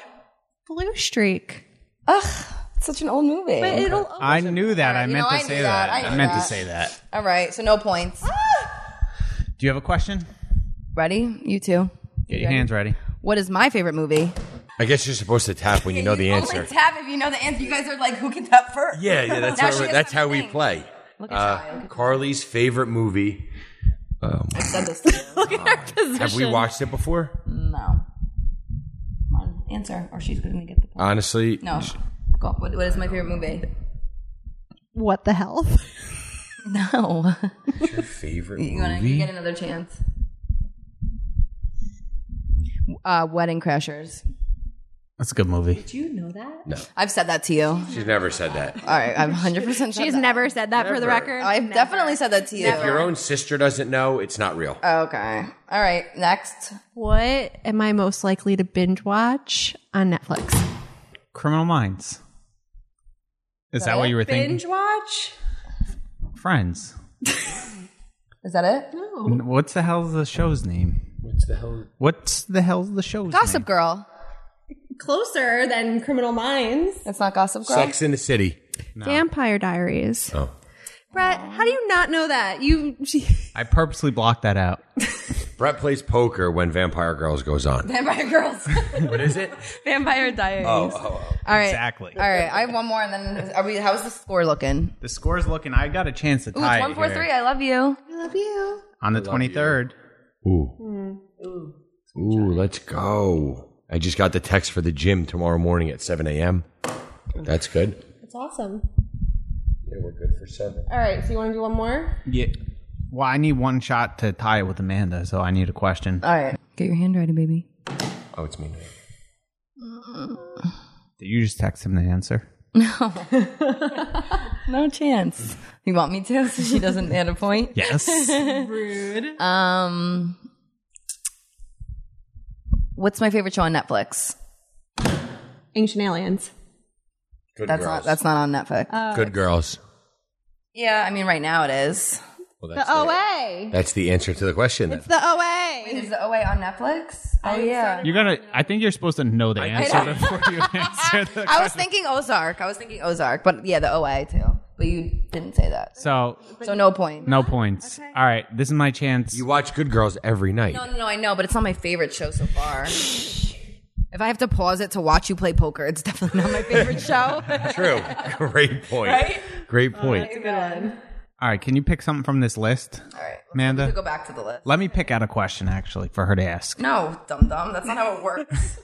Speaker 3: Blue Streak.
Speaker 4: Ugh, it's such an old movie.
Speaker 3: It'll
Speaker 7: I knew that. I
Speaker 4: you
Speaker 7: meant
Speaker 4: know,
Speaker 7: to
Speaker 4: I
Speaker 7: say
Speaker 4: knew
Speaker 7: that.
Speaker 4: that. I
Speaker 7: I,
Speaker 4: knew
Speaker 7: meant
Speaker 4: that.
Speaker 7: to say that.
Speaker 4: All right, so no points.
Speaker 7: Do you have a question?
Speaker 4: Ready? You two.
Speaker 7: Get your hands ready.
Speaker 4: What is my favorite movie?
Speaker 6: I guess you're supposed to tap when you know the answer.
Speaker 4: Only tap if you know the answer. You guys are like, who can tap first?
Speaker 6: Yeah, yeah, that's
Speaker 4: Now
Speaker 6: how
Speaker 4: she
Speaker 6: we,
Speaker 4: doesn't
Speaker 6: that's
Speaker 4: have
Speaker 6: how
Speaker 4: to
Speaker 6: we
Speaker 4: think.
Speaker 6: play.
Speaker 4: Look at Shy.
Speaker 6: Uh,
Speaker 4: Look at-
Speaker 6: Carly's favorite movie.
Speaker 4: I've said this. to you.
Speaker 6: Have we watched it before?
Speaker 4: no. Come on, answer, or she's going to get the point.
Speaker 6: Honestly,
Speaker 4: No. Go. What, what is my favorite movie?
Speaker 3: What the hell?
Speaker 4: No.
Speaker 6: What's your favorite
Speaker 4: you want to
Speaker 6: movie?
Speaker 4: get another chance? Uh, Wedding Crashers.
Speaker 7: That's a good movie.
Speaker 4: I've said that to you. All
Speaker 6: She's never said that.
Speaker 4: right, I've 100% said
Speaker 3: She's
Speaker 4: that.
Speaker 3: never said that for the
Speaker 6: Never.
Speaker 3: record.
Speaker 4: I've definitely said that to you.
Speaker 6: If your own sister doesn't know, it's not real.
Speaker 4: Oh, Okay. All right, next.
Speaker 3: What am I most likely to binge watch on Netflix?
Speaker 7: Criminal Minds. Is that what you were thinking?
Speaker 3: watch?
Speaker 7: Friends.
Speaker 4: Is that it? Oh.
Speaker 7: N- What's the hell's the show's name?
Speaker 6: What's the hell?
Speaker 7: What's the hell's the show?
Speaker 4: Gossip Girl.
Speaker 3: Closer than Criminal Minds.
Speaker 4: That's not Gossip Girl.
Speaker 6: Sex in the City.
Speaker 3: Vampire Diaries.
Speaker 6: Oh.
Speaker 3: Brett, how do you not know that? You
Speaker 7: I purposely blocked that out.
Speaker 6: Brett plays poker when Vampire Girls goes on.
Speaker 4: Vampire Girls.
Speaker 6: what is it?
Speaker 3: Vampire Diaries.
Speaker 6: Oh,
Speaker 4: All right.
Speaker 7: Exactly.
Speaker 4: All right. I have one more, and then are we? How's the score looking?
Speaker 7: The score's looking. I got a chance to
Speaker 4: Ooh, it's
Speaker 7: tie
Speaker 4: one
Speaker 7: it
Speaker 4: four
Speaker 7: here.
Speaker 4: three. I love you.
Speaker 7: on the twenty third.
Speaker 6: Ooh.
Speaker 4: Hmm.
Speaker 6: Ooh. let's go. I just got the text for the gym tomorrow morning at 7 a.m. That's good.
Speaker 3: That's awesome.
Speaker 6: Yeah, we're good for 7.
Speaker 3: All right, so you want to do one more?
Speaker 7: Yeah. Well, I need one shot to tie it with Amanda, so I need a question.
Speaker 4: All right. Get your handwriting, baby.
Speaker 6: Oh, it's me.
Speaker 7: Did you just text him the answer?
Speaker 4: No chance. You want me to? So she doesn't add a point.
Speaker 7: Yes.
Speaker 4: Um. What's my favorite show on Netflix?
Speaker 3: Ancient Aliens.
Speaker 6: Good
Speaker 4: That's
Speaker 6: girls.
Speaker 4: not. That's not on Netflix.
Speaker 6: good girls.
Speaker 4: yeah, I mean, right now it is.
Speaker 6: Well,
Speaker 3: The
Speaker 6: that's,
Speaker 3: OA.
Speaker 6: that's the answer to the question. then.
Speaker 3: The OA.
Speaker 4: Is the OA on Netflix? Oh yeah.
Speaker 7: You're gonna. I think you're supposed to know the answer before you answer the
Speaker 4: I was thinking Ozark. I was thinking Ozark, but yeah, the OA too. But you didn't say that,
Speaker 7: So
Speaker 4: so no point.
Speaker 7: no points. All right, this is my chance.
Speaker 6: You watch Good Girls every night.
Speaker 4: No, no, no, I know, but it's not my favorite show so far. if I have to pause it to watch you play poker, it's definitely not my favorite show.
Speaker 6: True. Great point. Great point.
Speaker 7: All right, can you pick something from this list,
Speaker 4: All right,
Speaker 7: Amanda?
Speaker 4: go back to the list.
Speaker 7: Let me pick out a question actually for her to ask.
Speaker 4: No, dum dum, that's not how it works.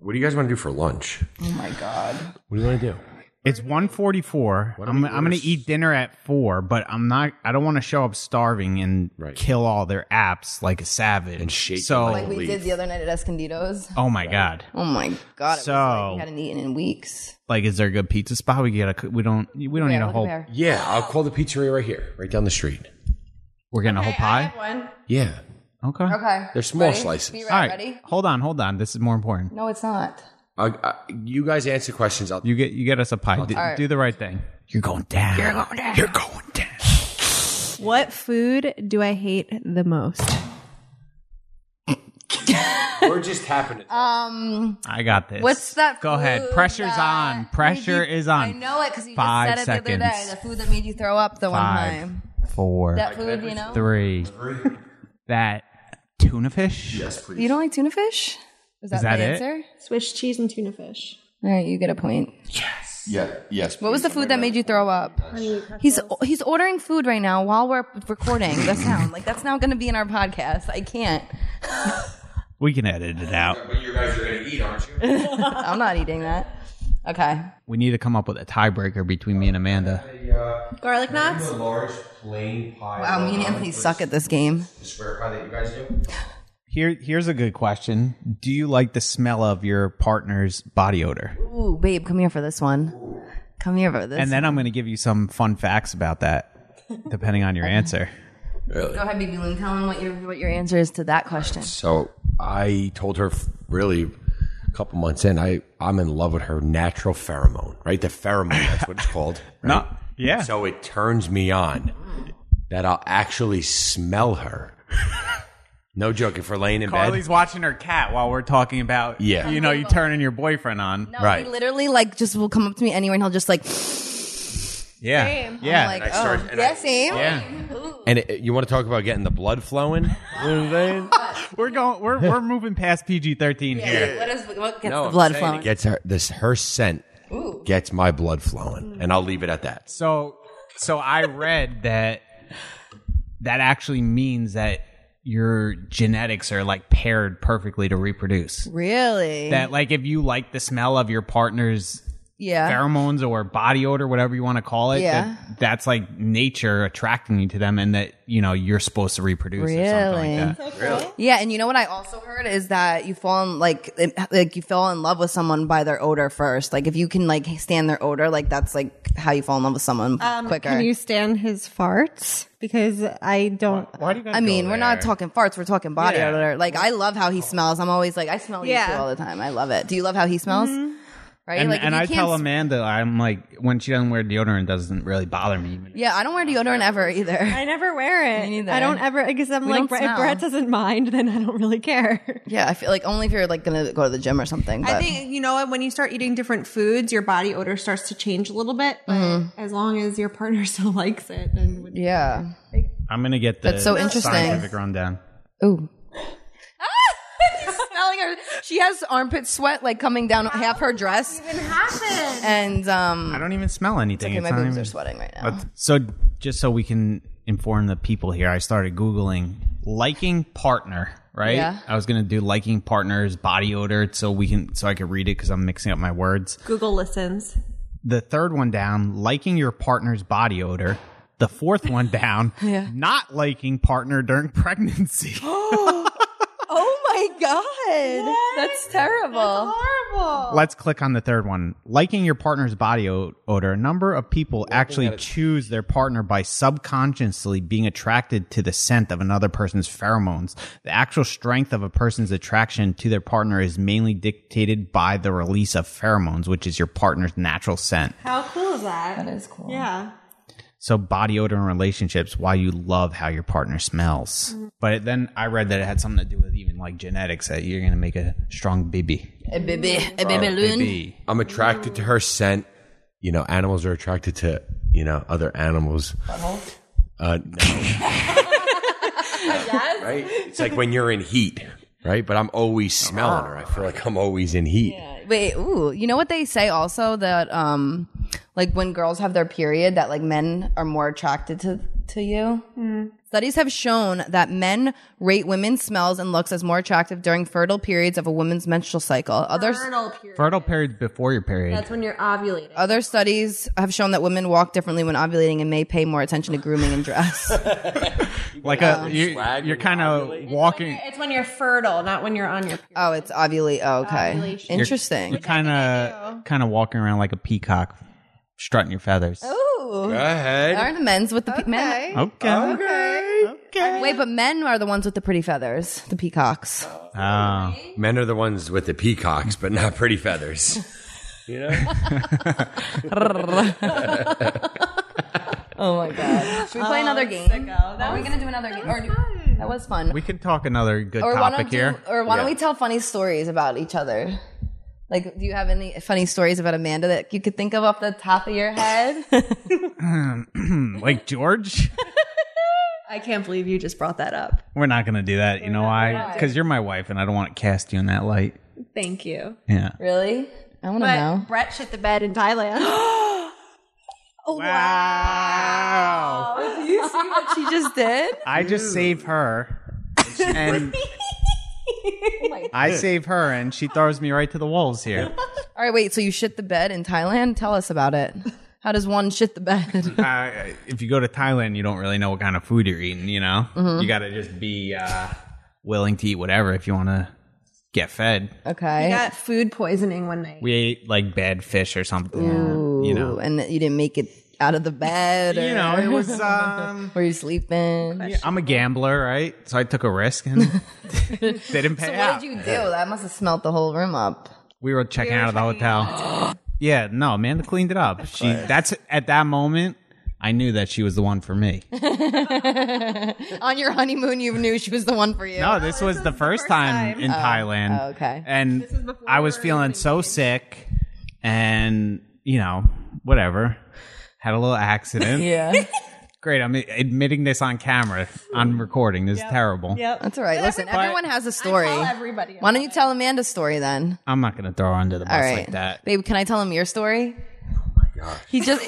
Speaker 6: What do you guys want to do for lunch?
Speaker 4: oh my god.
Speaker 6: What do you want to do?
Speaker 7: It's 144.
Speaker 6: are
Speaker 7: I'm,
Speaker 6: we
Speaker 7: I'm going
Speaker 6: worse?
Speaker 7: to eat dinner at 4, but I'm not I don't want to show up starving and
Speaker 6: Right.
Speaker 7: kill all their apps like a savage.
Speaker 6: And shake
Speaker 7: so,
Speaker 6: them like-
Speaker 4: We
Speaker 6: Leave.
Speaker 4: did the other night at Escondido's.
Speaker 7: oh my god.
Speaker 4: Oh my god. It was like
Speaker 7: So-
Speaker 4: we hadn't eaten in weeks.
Speaker 7: Like is there a good pizza spot we get a we don't we don't need a whole
Speaker 4: there.
Speaker 6: Yeah, I'll call the pizzeria right here, right down the street.
Speaker 7: we're getting a whole pie.
Speaker 4: One.
Speaker 6: Yeah.
Speaker 7: Okay.
Speaker 4: Okay.
Speaker 6: They're small
Speaker 4: Ready?
Speaker 6: slices.
Speaker 4: Be
Speaker 7: All
Speaker 4: right,
Speaker 7: right.
Speaker 4: ready?
Speaker 7: Hold on, hold on. This is more important.
Speaker 4: No, it's not.
Speaker 6: I, I, you guys answer questions. I'll
Speaker 7: You get you get us a pie. D- Do the right thing. You're going down. You're going down. You're going down.
Speaker 3: What food do I hate the most?
Speaker 6: We're just happening.
Speaker 4: Um,
Speaker 7: I got this.
Speaker 4: What's that
Speaker 7: Go ahead.
Speaker 4: food
Speaker 7: Pressure's
Speaker 4: that
Speaker 7: on. Pressure
Speaker 4: made you-
Speaker 7: is on.
Speaker 4: I know it because you
Speaker 7: Five
Speaker 4: just said it the
Speaker 7: seconds.
Speaker 4: other day. The food that made you throw up the
Speaker 7: Five.
Speaker 4: one time.
Speaker 7: Four,
Speaker 4: That food, you know.
Speaker 7: three. That tuna fish.
Speaker 6: yes, please.
Speaker 4: You don't like tuna fish? Is that,
Speaker 7: that
Speaker 4: the
Speaker 7: it?
Speaker 4: answer?
Speaker 3: Swiss cheese and tuna fish.
Speaker 4: All right, you get a point.
Speaker 6: yeah, yes.
Speaker 4: What was the food that made you throw up? He's he's ordering food right now while we're recording the sound. Like that's not going to be in our podcast. I can't.
Speaker 7: We can edit it out.
Speaker 6: But you guys are going to eat, aren't you?
Speaker 4: I'm not eating that. Okay.
Speaker 7: We need to come up with a tiebreaker between me and Amanda.
Speaker 3: Garlic knots?
Speaker 6: large plain pie.
Speaker 4: Wow, me and Anthony suck at this game.
Speaker 6: The square pie that you guys do.
Speaker 7: Here, here's a good question. Do you like the smell of your partner's body odor?
Speaker 4: Ooh, babe, come here for this one. Come here for this.
Speaker 7: And then I'm going to give you some fun facts about that, depending on your answer.
Speaker 6: Really?
Speaker 4: go ahead, baby Loon. Tell him what your what your answer is to that question.
Speaker 6: So I told her, f- really, a couple months in, I I'm in love with her natural pheromone, right? The pheromone, that's what it's called. right?
Speaker 7: No, yeah.
Speaker 6: So it turns me on that I'll actually smell her. no joke. If we're laying in
Speaker 7: Carly's
Speaker 6: bed,
Speaker 7: watching her cat while we're talking about,
Speaker 6: Yeah.
Speaker 7: you know, you turning your boyfriend on.
Speaker 4: No,
Speaker 6: Right.
Speaker 4: he literally like just will come up to me anywhere and he'll just like
Speaker 7: yeah.
Speaker 4: yeah.
Speaker 7: Yeah.
Speaker 4: like,
Speaker 6: I start-
Speaker 4: oh,
Speaker 6: and I-
Speaker 4: yeah, same.
Speaker 7: yeah.
Speaker 6: and it, you want to talk about getting the blood flowing? You know what I'm saying?
Speaker 7: We're going, we're, we're moving past PG 13 here.
Speaker 4: What is what gets
Speaker 6: No,
Speaker 4: the
Speaker 6: I'm
Speaker 4: blood
Speaker 6: saying it
Speaker 4: flowing?
Speaker 6: Gets her this her scent gets my blood flowing, and I'll leave it at that.
Speaker 7: So, so I read that that actually means that your genetics are like paired perfectly to reproduce.
Speaker 4: really?
Speaker 7: That like if you like the smell of your partner's
Speaker 4: yeah.
Speaker 7: pheromones or body odor, whatever you want to call it,
Speaker 4: Uh. Yeah.
Speaker 7: that, that's like nature attracting you to them, and that you know you're supposed to reproduce. Or something
Speaker 4: Really?
Speaker 7: like that.
Speaker 4: Yeah, and you know what I also heard is that you fall in like it- like you fall in love with someone by their odor first. Like if you can like stand their odor, like that's like how you fall in love with someone quicker.
Speaker 3: Um, Can you stand his farts? Because I don't.
Speaker 7: Why do you?
Speaker 4: I mean, we're not talking farts, we're talking body
Speaker 7: Yeah. Oh.
Speaker 4: odor. Like I love how he smells. I'm always like I smell you
Speaker 3: Yeah. Mm-hmm.
Speaker 4: too all the time. I love it. Do you love how he smells? right?
Speaker 7: and
Speaker 4: like if
Speaker 7: and
Speaker 4: you
Speaker 7: I
Speaker 4: can't
Speaker 7: tell
Speaker 4: s-
Speaker 7: Amanda, I'm like, when she doesn't wear deodorant, it doesn't really bother me. even.
Speaker 4: Yeah, I don't wear deodorant ever either.
Speaker 3: I never wear it.
Speaker 4: Me neither.
Speaker 3: I don't ever because I'm
Speaker 4: We
Speaker 3: like
Speaker 4: don't
Speaker 3: Brett, if
Speaker 4: smell.
Speaker 3: Brett doesn't mind, then I don't really care.
Speaker 4: Yeah, I feel like only if you're like gonna go to the gym or something. But
Speaker 3: I think you know when you start eating different foods, your body odor starts to change a little bit. But as long as your partner still likes it, then would-
Speaker 4: yeah.
Speaker 7: I'm gonna get the
Speaker 4: That's so interesting.
Speaker 7: scientific rundown.
Speaker 4: Ooh. smelling her. She has armpit sweat like coming down half her dress. And um,
Speaker 7: I don't even smell anything.
Speaker 4: okay,
Speaker 7: It's
Speaker 4: my
Speaker 7: not
Speaker 4: boobs
Speaker 7: even-
Speaker 4: are sweating right now.
Speaker 7: But- so just so we can inform the people here, I started googling liking partner. Right,
Speaker 4: Yeah.
Speaker 7: I was gonna do liking partners body odor, so we can so I could read it because I'm mixing up my words.
Speaker 3: Google listens.
Speaker 7: the third one down, liking your partner's body odor. The fourth one down, not liking partner during pregnancy.
Speaker 4: Oh my god, that's terrible.
Speaker 7: Let's click on the third one. Liking your partner's body o- odor. A number of people actually choose their partner by subconsciously being attracted to the scent of another person's pheromones. The actual strength of a person's attraction to their partner is mainly dictated by the release of pheromones, which is your partner's natural scent.
Speaker 3: How cool is that? That is
Speaker 4: cool.
Speaker 3: Yeah.
Speaker 7: So body odor in relationships, why you love how your partner smells. But then I read that it had something to do with even like genetics that you're gonna make a strong baby.
Speaker 4: A baby, a baby loon.
Speaker 6: I'm attracted to her scent. You know, animals are attracted to you know other animals. Uh, no. Right? It's like when you're in heat, right? But I'm always smelling her. I feel like I'm always in heat.
Speaker 4: Wait, ooh, you know what they say also that um, like when girls have their period, that like men are more attracted to to you. Studies have shown that men rate women's smells and looks as more attractive during fertile periods of a woman's menstrual cycle. Others.
Speaker 7: Fertile period before your period.
Speaker 3: That's when you're ovulating.
Speaker 4: Other studies have shown that women walk differently when ovulating and may pay more attention to grooming and dress.
Speaker 7: like a you, you're kind of walking.
Speaker 3: It's when you're fertile, not when you're on your period.
Speaker 4: oh, it's ovulate. Oh, okay, interesting.
Speaker 7: You're kind of kind of walking around like a peacock, strutting your feathers.
Speaker 4: Oh, Ooh,
Speaker 6: ahead.
Speaker 4: are the men's with the pe- men?
Speaker 7: Okay.
Speaker 4: Wait, but men are the ones with the pretty feathers, the peacocks.
Speaker 7: Oh.
Speaker 6: Men are the ones with the peacocks, but not pretty feathers. You know?
Speaker 4: Oh my god! Should we play another game? Are we gonna do another game? Or do- that was fun.
Speaker 7: We can talk another good
Speaker 4: or why
Speaker 7: topic
Speaker 4: don't do-
Speaker 7: here.
Speaker 4: or why don't
Speaker 6: Yeah.
Speaker 4: we tell funny stories about each other? Like, do you have any funny stories about Amanda that you could think of off the top of your head?
Speaker 7: like George,
Speaker 3: I can't believe you just brought that up.
Speaker 7: we're not gonna do that. You know why? Because you're my wife, and I don't want to cast you in that light.
Speaker 3: Thank you.
Speaker 7: Yeah.
Speaker 4: really? I want to
Speaker 3: But
Speaker 4: know.
Speaker 3: Brett shit the bed in Thailand.
Speaker 7: Wow.
Speaker 4: You see what she just did?
Speaker 7: I just save her. And I save her and she throws me right to the wolves here.
Speaker 4: All right, wait. So you shit the bed in Thailand? Tell us about it. How does one shit the bed?
Speaker 7: Uh, if you go to Thailand, you don't really know what kind of food you're eating, you know?
Speaker 4: Mm-hmm.
Speaker 7: You got to just be uh, willing to eat whatever if you want to get fed.
Speaker 4: Okay.
Speaker 3: Got food poisoning one night.
Speaker 7: We ate like bad fish or something. You
Speaker 4: Ooh,
Speaker 7: know.
Speaker 4: and you didn't make it out of the bed. Or
Speaker 7: You know, it was um
Speaker 4: Were you sleeping?
Speaker 7: yeah, I'm a gambler, right? So I took a risk and they didn't pay
Speaker 4: So
Speaker 7: out.
Speaker 4: what did you do? That must have smelt the whole room up.
Speaker 7: we were checking out of the hotel. yeah, no, Amanda cleaned it up. She that's at that moment I knew that she was the one for me.
Speaker 4: On your honeymoon, you knew she was the one for you.
Speaker 7: No, Oh, this was the first time in Thailand.
Speaker 4: oh, okay.
Speaker 7: And I was feeling so sick and, you know, whatever. Had a little accident.
Speaker 4: Yeah,
Speaker 7: Great. I'm admitting this on camera, on recording. This is terrible.
Speaker 4: that's all right. Listen, everyone has a story.
Speaker 3: everybody.
Speaker 4: Why don't you tell Amanda's story then?
Speaker 7: I'm not going to throw her under the bus
Speaker 4: All right,
Speaker 7: like that.
Speaker 4: babe. Can I tell him your story? Oh my gosh. He just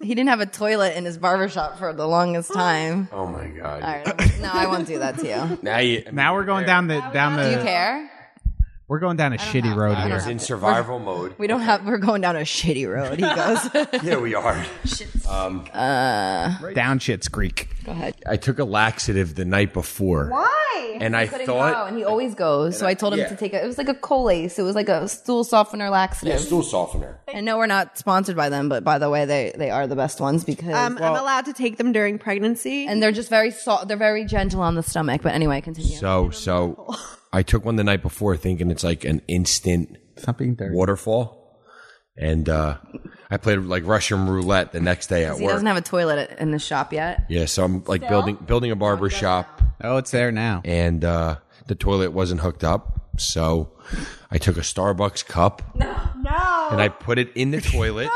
Speaker 4: he didn't have a toilet in his barbershop for the longest time.
Speaker 6: Oh my god.
Speaker 4: All right, no, I won't do that to you.
Speaker 6: Now you
Speaker 7: Now we're going down the down
Speaker 4: Do you
Speaker 7: the
Speaker 4: care?
Speaker 7: we're going down a shitty road here.
Speaker 6: It's in survival mode.
Speaker 4: We don't have. We're going down a shitty road. He goes.
Speaker 6: Yeah, we are.
Speaker 7: Down shit's creek.
Speaker 6: I took a laxative the night before. Why? And I
Speaker 4: Oh,
Speaker 6: thought
Speaker 4: and he always goes. So I told him
Speaker 6: yeah.
Speaker 4: to take a. It was like a colace. It was like a stool softener laxative.
Speaker 6: stool softener.
Speaker 4: And no, we're not sponsored by them, but by the way, they they are the best ones because
Speaker 3: Um, I'm allowed to take them during pregnancy.
Speaker 4: and they're just very soft. They're very gentle on the stomach. But anyway, continue.
Speaker 6: So so I took one the night before thinking it's like an instant
Speaker 7: Stop being dirty.
Speaker 6: waterfall. and uh, I played like Russian roulette the next day at
Speaker 4: He
Speaker 6: work.
Speaker 4: doesn't have a toilet at- in the shop yet.
Speaker 6: yeah, so I'm like building building a barber shop,
Speaker 7: Oh, it's there now.
Speaker 6: and uh, the toilet wasn't hooked up, so I took a Starbucks cup, no, no, and I put it in the toilet.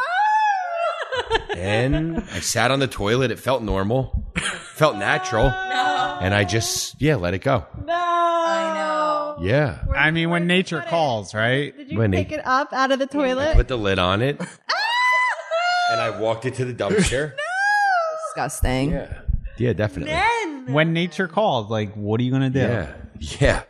Speaker 6: And I sat on the toilet. It felt normal, felt natural, and I just yeah let it go.
Speaker 4: I
Speaker 6: Yeah,
Speaker 7: I mean, when nature calls, right?
Speaker 3: Did you
Speaker 6: Wendy.
Speaker 3: pick it up out of the
Speaker 6: I
Speaker 3: toilet?
Speaker 6: put the lid on it, and I walked it to the dumpster.
Speaker 4: Disgusting.
Speaker 6: Yeah, yeah, definitely.
Speaker 7: When nature calls, like, what are you gonna do?
Speaker 6: Yeah. Yeah.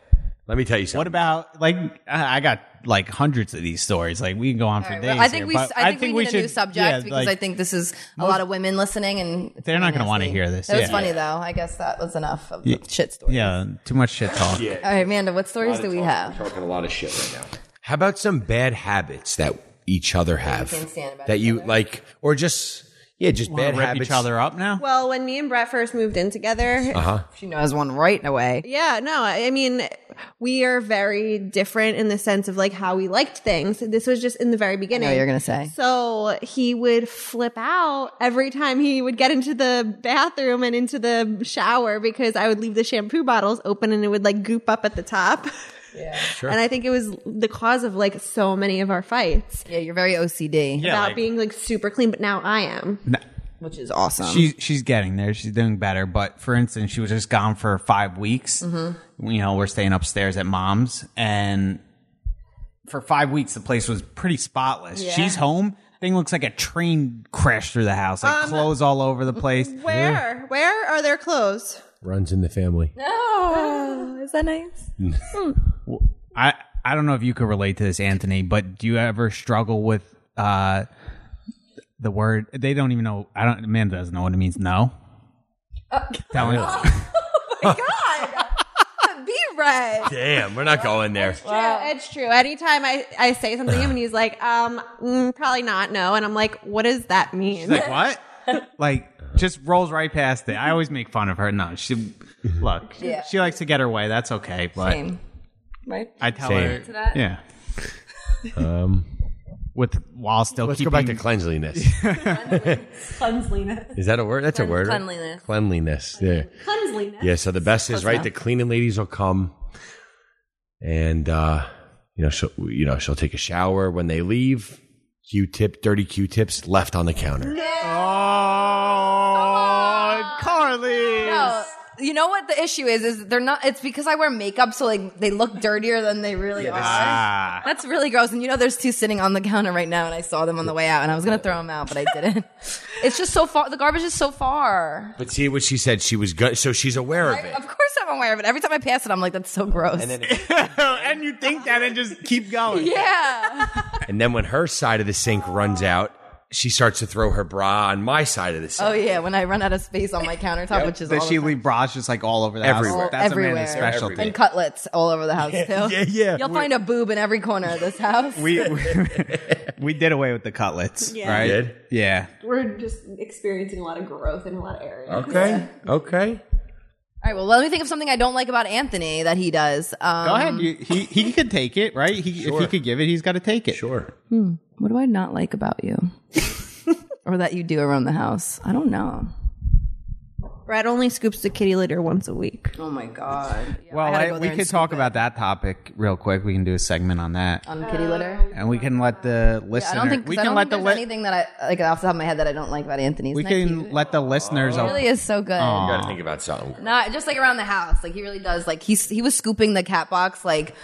Speaker 6: Let me tell you
Speaker 7: What
Speaker 6: something.
Speaker 7: about like I I got like hundreds of these stories. Like we can go on for days.
Speaker 4: Well, I think
Speaker 7: here,
Speaker 4: we.
Speaker 7: but
Speaker 4: I think, we need a new subject
Speaker 7: yeah,
Speaker 4: because I
Speaker 7: like,
Speaker 4: think this is a lot of women listening, and
Speaker 7: They're not gonna wanna hear this,
Speaker 4: That was
Speaker 7: yeah.
Speaker 4: funny though. I guess that was enough of the shit stories.
Speaker 7: yeah, too much shit talk.
Speaker 4: All right, Amanda, what stories do we have?
Speaker 6: talking a lot of shit right now. How about some bad habits that each other have
Speaker 4: can't stand about
Speaker 6: that
Speaker 4: each
Speaker 6: you
Speaker 4: other.
Speaker 6: like, or just yeah, just
Speaker 7: Wanna
Speaker 6: bad
Speaker 7: rip
Speaker 6: habits.
Speaker 7: each other up now.
Speaker 3: Well, when me and Brett first moved in together,
Speaker 6: Uh-huh.
Speaker 4: She knows one right away.
Speaker 3: yeah, no, I I mean, we are very different in the sense of like how we liked things. This was just in the very beginning.
Speaker 4: you're gonna say.
Speaker 3: So he would flip out every time he would get into the bathroom and into the shower because I would leave the shampoo bottles open and it would like goop up at the top. Yeah. And I think it was the cause of like so many of our fights
Speaker 4: Yeah, you're very OCD,
Speaker 7: Yeah,
Speaker 3: about
Speaker 7: like-
Speaker 3: being like super clean, but now I am.
Speaker 4: which is awesome.
Speaker 7: She's she's getting there. She's doing better. But for instance, she was just gone for five weeks.
Speaker 4: Mm-hmm.
Speaker 7: You know, we're staying upstairs at mom's, and for five weeks the place was pretty spotless. She's home. Thing looks like a train crashed through the house.
Speaker 4: Um,
Speaker 7: Like clothes all over the place.
Speaker 3: Where? Where are their clothes?
Speaker 6: Runs in the family.
Speaker 4: oh, is that nice?
Speaker 7: I I don't know if you could relate to this, Anthony, but do you ever struggle with uh the word? They don't even know. I don't. Amanda doesn't know what it means. No.
Speaker 4: Uh,
Speaker 7: Telling.
Speaker 4: Be right.
Speaker 6: Damn, we're not going there.
Speaker 3: True, it's true. Anytime I, I say something to him and he's like, um, mm, probably not, no. And I'm like, what does that mean?
Speaker 7: Like what? like just rolls right past it. I always make fun of her. No, she look. She likes to get her way. That's okay. But
Speaker 4: Right.
Speaker 7: I tell
Speaker 6: Same.
Speaker 7: her. Yeah.
Speaker 6: Um,
Speaker 7: With while still
Speaker 6: let's go
Speaker 7: keeping
Speaker 6: back to cleanliness.
Speaker 3: Cleanliness.
Speaker 6: Is that a word? That's a word. right?
Speaker 4: cleanliness.
Speaker 6: Cleanliness. Yeah.
Speaker 3: Cleanliness.
Speaker 6: Yeah. So the best is right. The cleaning ladies will come, and uh, you know she'll you know she'll take a shower when they leave. Q-tip, dirty Q-tips left on the counter.
Speaker 7: Oh, Carly.
Speaker 4: No, Oh, you know what the issue is? Is they're not. It's because I wear makeup, so like they look dirtier than they really are.
Speaker 7: Ah,
Speaker 4: That's really gross. And you know, there's two sitting on the counter right now, and I saw them on the way out, and I was gonna throw them out, but I didn't. it's just so far. The garbage is so far.
Speaker 6: But see what she said. She was good, so she's aware of it.
Speaker 4: Of course, I'm aware of it. Every time I pass it, I'm like, that's so gross.
Speaker 6: And then,
Speaker 7: and you think that and just keep going.
Speaker 4: yeah,
Speaker 6: and then when her side of the sink runs out, she starts to throw her bra on my side of the sink.
Speaker 4: oh yeah. When I run out of space on my countertop, which is all
Speaker 7: Does
Speaker 4: the
Speaker 7: she
Speaker 4: time.
Speaker 7: leave bras just like all over the
Speaker 6: Everywhere.
Speaker 7: house? That's
Speaker 4: everywhere,
Speaker 7: Amanda's specialty.
Speaker 4: and cutlets all over the house too.
Speaker 6: yeah, yeah.
Speaker 4: You'll find a boob in every corner of this house.
Speaker 7: We, we we did away with the cutlets, right?
Speaker 6: You did?
Speaker 7: Yeah.
Speaker 3: We're just experiencing a lot of growth in a lot of areas.
Speaker 6: Okay. Okay.
Speaker 4: All right. Well, let me think of something I don't like about Anthony that he does. Um,
Speaker 7: Go ahead. You, he he could take it, right? He, If he could give it, he's got to take it.
Speaker 6: Sure.
Speaker 4: What do I not like about you? or that you do around the house? I don't know.
Speaker 3: Brett only scoops the kitty litter once a week.
Speaker 4: Oh my god. Yeah,
Speaker 7: Well,
Speaker 4: gotta
Speaker 7: I-
Speaker 4: go
Speaker 7: we
Speaker 4: there and
Speaker 7: could
Speaker 4: scoop
Speaker 7: talk
Speaker 4: it.
Speaker 7: about that topic real quick. We can do a segment on that,
Speaker 4: on Um, kitty litter.
Speaker 7: and we can let the listener.
Speaker 4: I don't think 'cause
Speaker 7: we
Speaker 4: I
Speaker 7: can
Speaker 4: don't let
Speaker 7: let the
Speaker 4: there's
Speaker 7: li-
Speaker 4: anything that I like off the top of my head that I don't like about Anthony's.
Speaker 7: we
Speaker 4: Isn't that
Speaker 7: can
Speaker 4: cute?
Speaker 7: let the listeners.
Speaker 4: He really is so good.
Speaker 6: You got to think about something.
Speaker 4: Not just like around the house. Like he really does. Like he's he was scooping the cat box like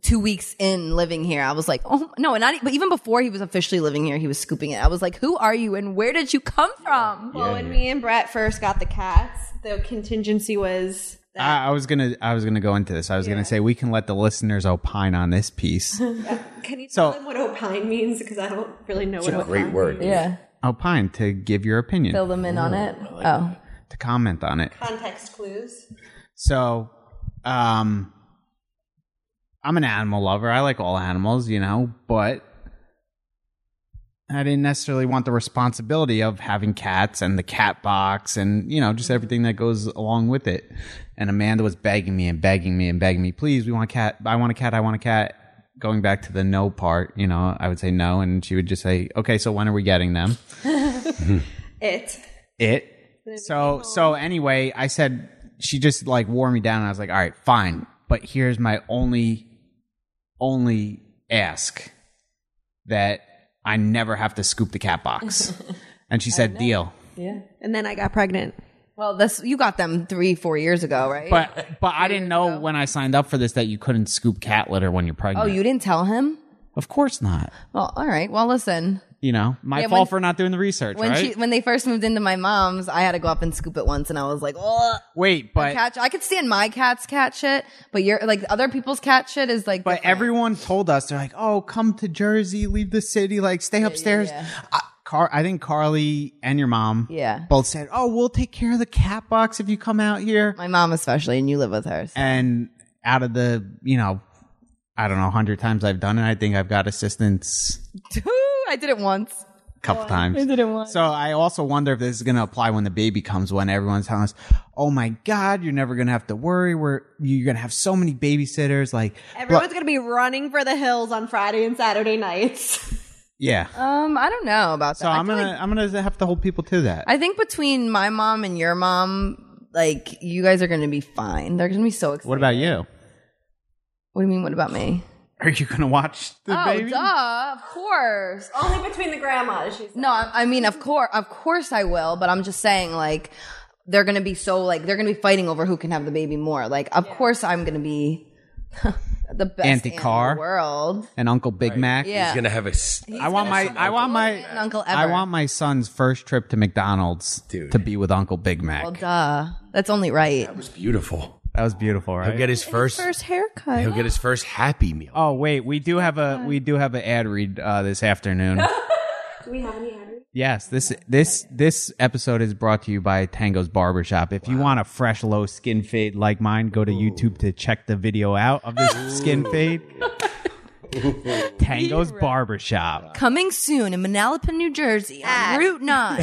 Speaker 4: two weeks in living here. I was like, oh no, and not e- but even before he was officially living here, he was scooping it. I was like, who are you and where did you come from?
Speaker 3: Well, when me and Brett first got the cats, the contingency was
Speaker 7: I, I was gonna. I was gonna go into this. I was gonna say we can let the listeners opine on this piece.
Speaker 3: can you
Speaker 7: So-
Speaker 3: tell them what opine means? Because I don't really know what
Speaker 6: Great word.
Speaker 4: Yeah,
Speaker 7: opine to give your opinion,
Speaker 4: fill them in on it. Oh,
Speaker 7: to comment on it.
Speaker 3: context clues.
Speaker 7: So, um, I'm an animal lover. I like all animals, you know, but I didn't necessarily want the responsibility of having cats and the cat box and, you know, just everything that goes along with it. And Amanda was begging me and begging me and begging me, please, we want a cat. I want a cat. I want a cat. going back to the no part, you know, I would say no, and she would just say, "Okay, so when are we getting them?"
Speaker 3: It.
Speaker 7: It. So so anyway, I said she just like wore me down, and I was like, "All right, fine, but here's my only only ask that I never have to scoop the cat box." and she said, "Deal."
Speaker 3: And then I got pregnant.
Speaker 4: Well, this you got them three, four years ago, right?
Speaker 7: But but I didn't know when I signed up for this that you couldn't scoop cat litter when you're
Speaker 4: oh,
Speaker 7: pregnant.
Speaker 4: you didn't tell him.
Speaker 7: Of course not.
Speaker 4: Well, all right. Well, listen.
Speaker 7: You know, my
Speaker 4: Yeah,
Speaker 7: fault
Speaker 4: when-
Speaker 7: for not doing the research,
Speaker 4: When
Speaker 7: right?
Speaker 4: she when they first moved into my mom's, I had to go up and scoop it once, and I was like, oh,
Speaker 7: Wait, but
Speaker 4: cat. I could stand my cat's cat shit, but your like other people's cat shit is like.
Speaker 7: But
Speaker 4: different.
Speaker 7: everyone told us they're like, "Oh, come to Jersey, leave the city, like stay upstairs." I, Car- I think Carly and your mom,
Speaker 4: Yeah.
Speaker 7: both said, "Oh, we'll take care of the cat box if you come out here."
Speaker 4: my mom especially, and you live with her. so-
Speaker 7: And out of the, you know, I don't know, hundred times I've done it, I think I've got assistance
Speaker 4: I did it once.
Speaker 7: a couple times. I didn't want. So I also wonder if this is going to apply when the baby comes. When everyone's telling us, "Oh my God, you're never going to have to worry. We're you're going to have so many babysitters." Like,
Speaker 3: Everyone's going to be running for the hills on Friday and Saturday nights.
Speaker 7: yeah.
Speaker 4: Um, I don't know about
Speaker 7: so
Speaker 4: that. I
Speaker 7: I'm
Speaker 4: feel
Speaker 7: gonna
Speaker 4: like-
Speaker 7: I'm gonna have to hold people to that.
Speaker 4: I think between my mom and your mom, like you guys are gonna be fine. They're gonna be so excited.
Speaker 7: What about you?
Speaker 4: What do you mean? What about me?
Speaker 7: Are you gonna watch the
Speaker 4: oh, duh, of course.
Speaker 3: Only between the grandmas. She's
Speaker 4: No, I, I mean, of course, of course, I will. But I'm just saying, like, they're gonna be so like they're gonna be fighting over who can have the baby more. Like, of course, I'm gonna be the best aunt in the
Speaker 7: Anti-car.
Speaker 4: world.
Speaker 7: And Uncle Big Mac.
Speaker 4: Yeah,
Speaker 6: He's gonna have a s-
Speaker 7: I want my I want my
Speaker 4: and Uncle
Speaker 7: I
Speaker 4: Ever.
Speaker 7: want my son's first trip to McDonald's
Speaker 6: Dude.
Speaker 7: to be with Uncle Big Mac.
Speaker 4: Well, duh, that's only right.
Speaker 6: It was beautiful.
Speaker 7: that was beautiful,
Speaker 6: He'll
Speaker 7: right?
Speaker 6: get his first.
Speaker 3: first haircut.
Speaker 6: He'll get his first happy meal.
Speaker 7: oh wait, we do have a we do have an ad read uh, this afternoon.
Speaker 3: Do we have any others?
Speaker 7: yes, this this this episode is brought to you by Tango's Barbershop. If you want a fresh low skin fade like mine, go to YouTube to check the video out of this skin fade. Tango's Barbershop.
Speaker 4: Coming soon in Manalapan, New Jersey, on Route Nine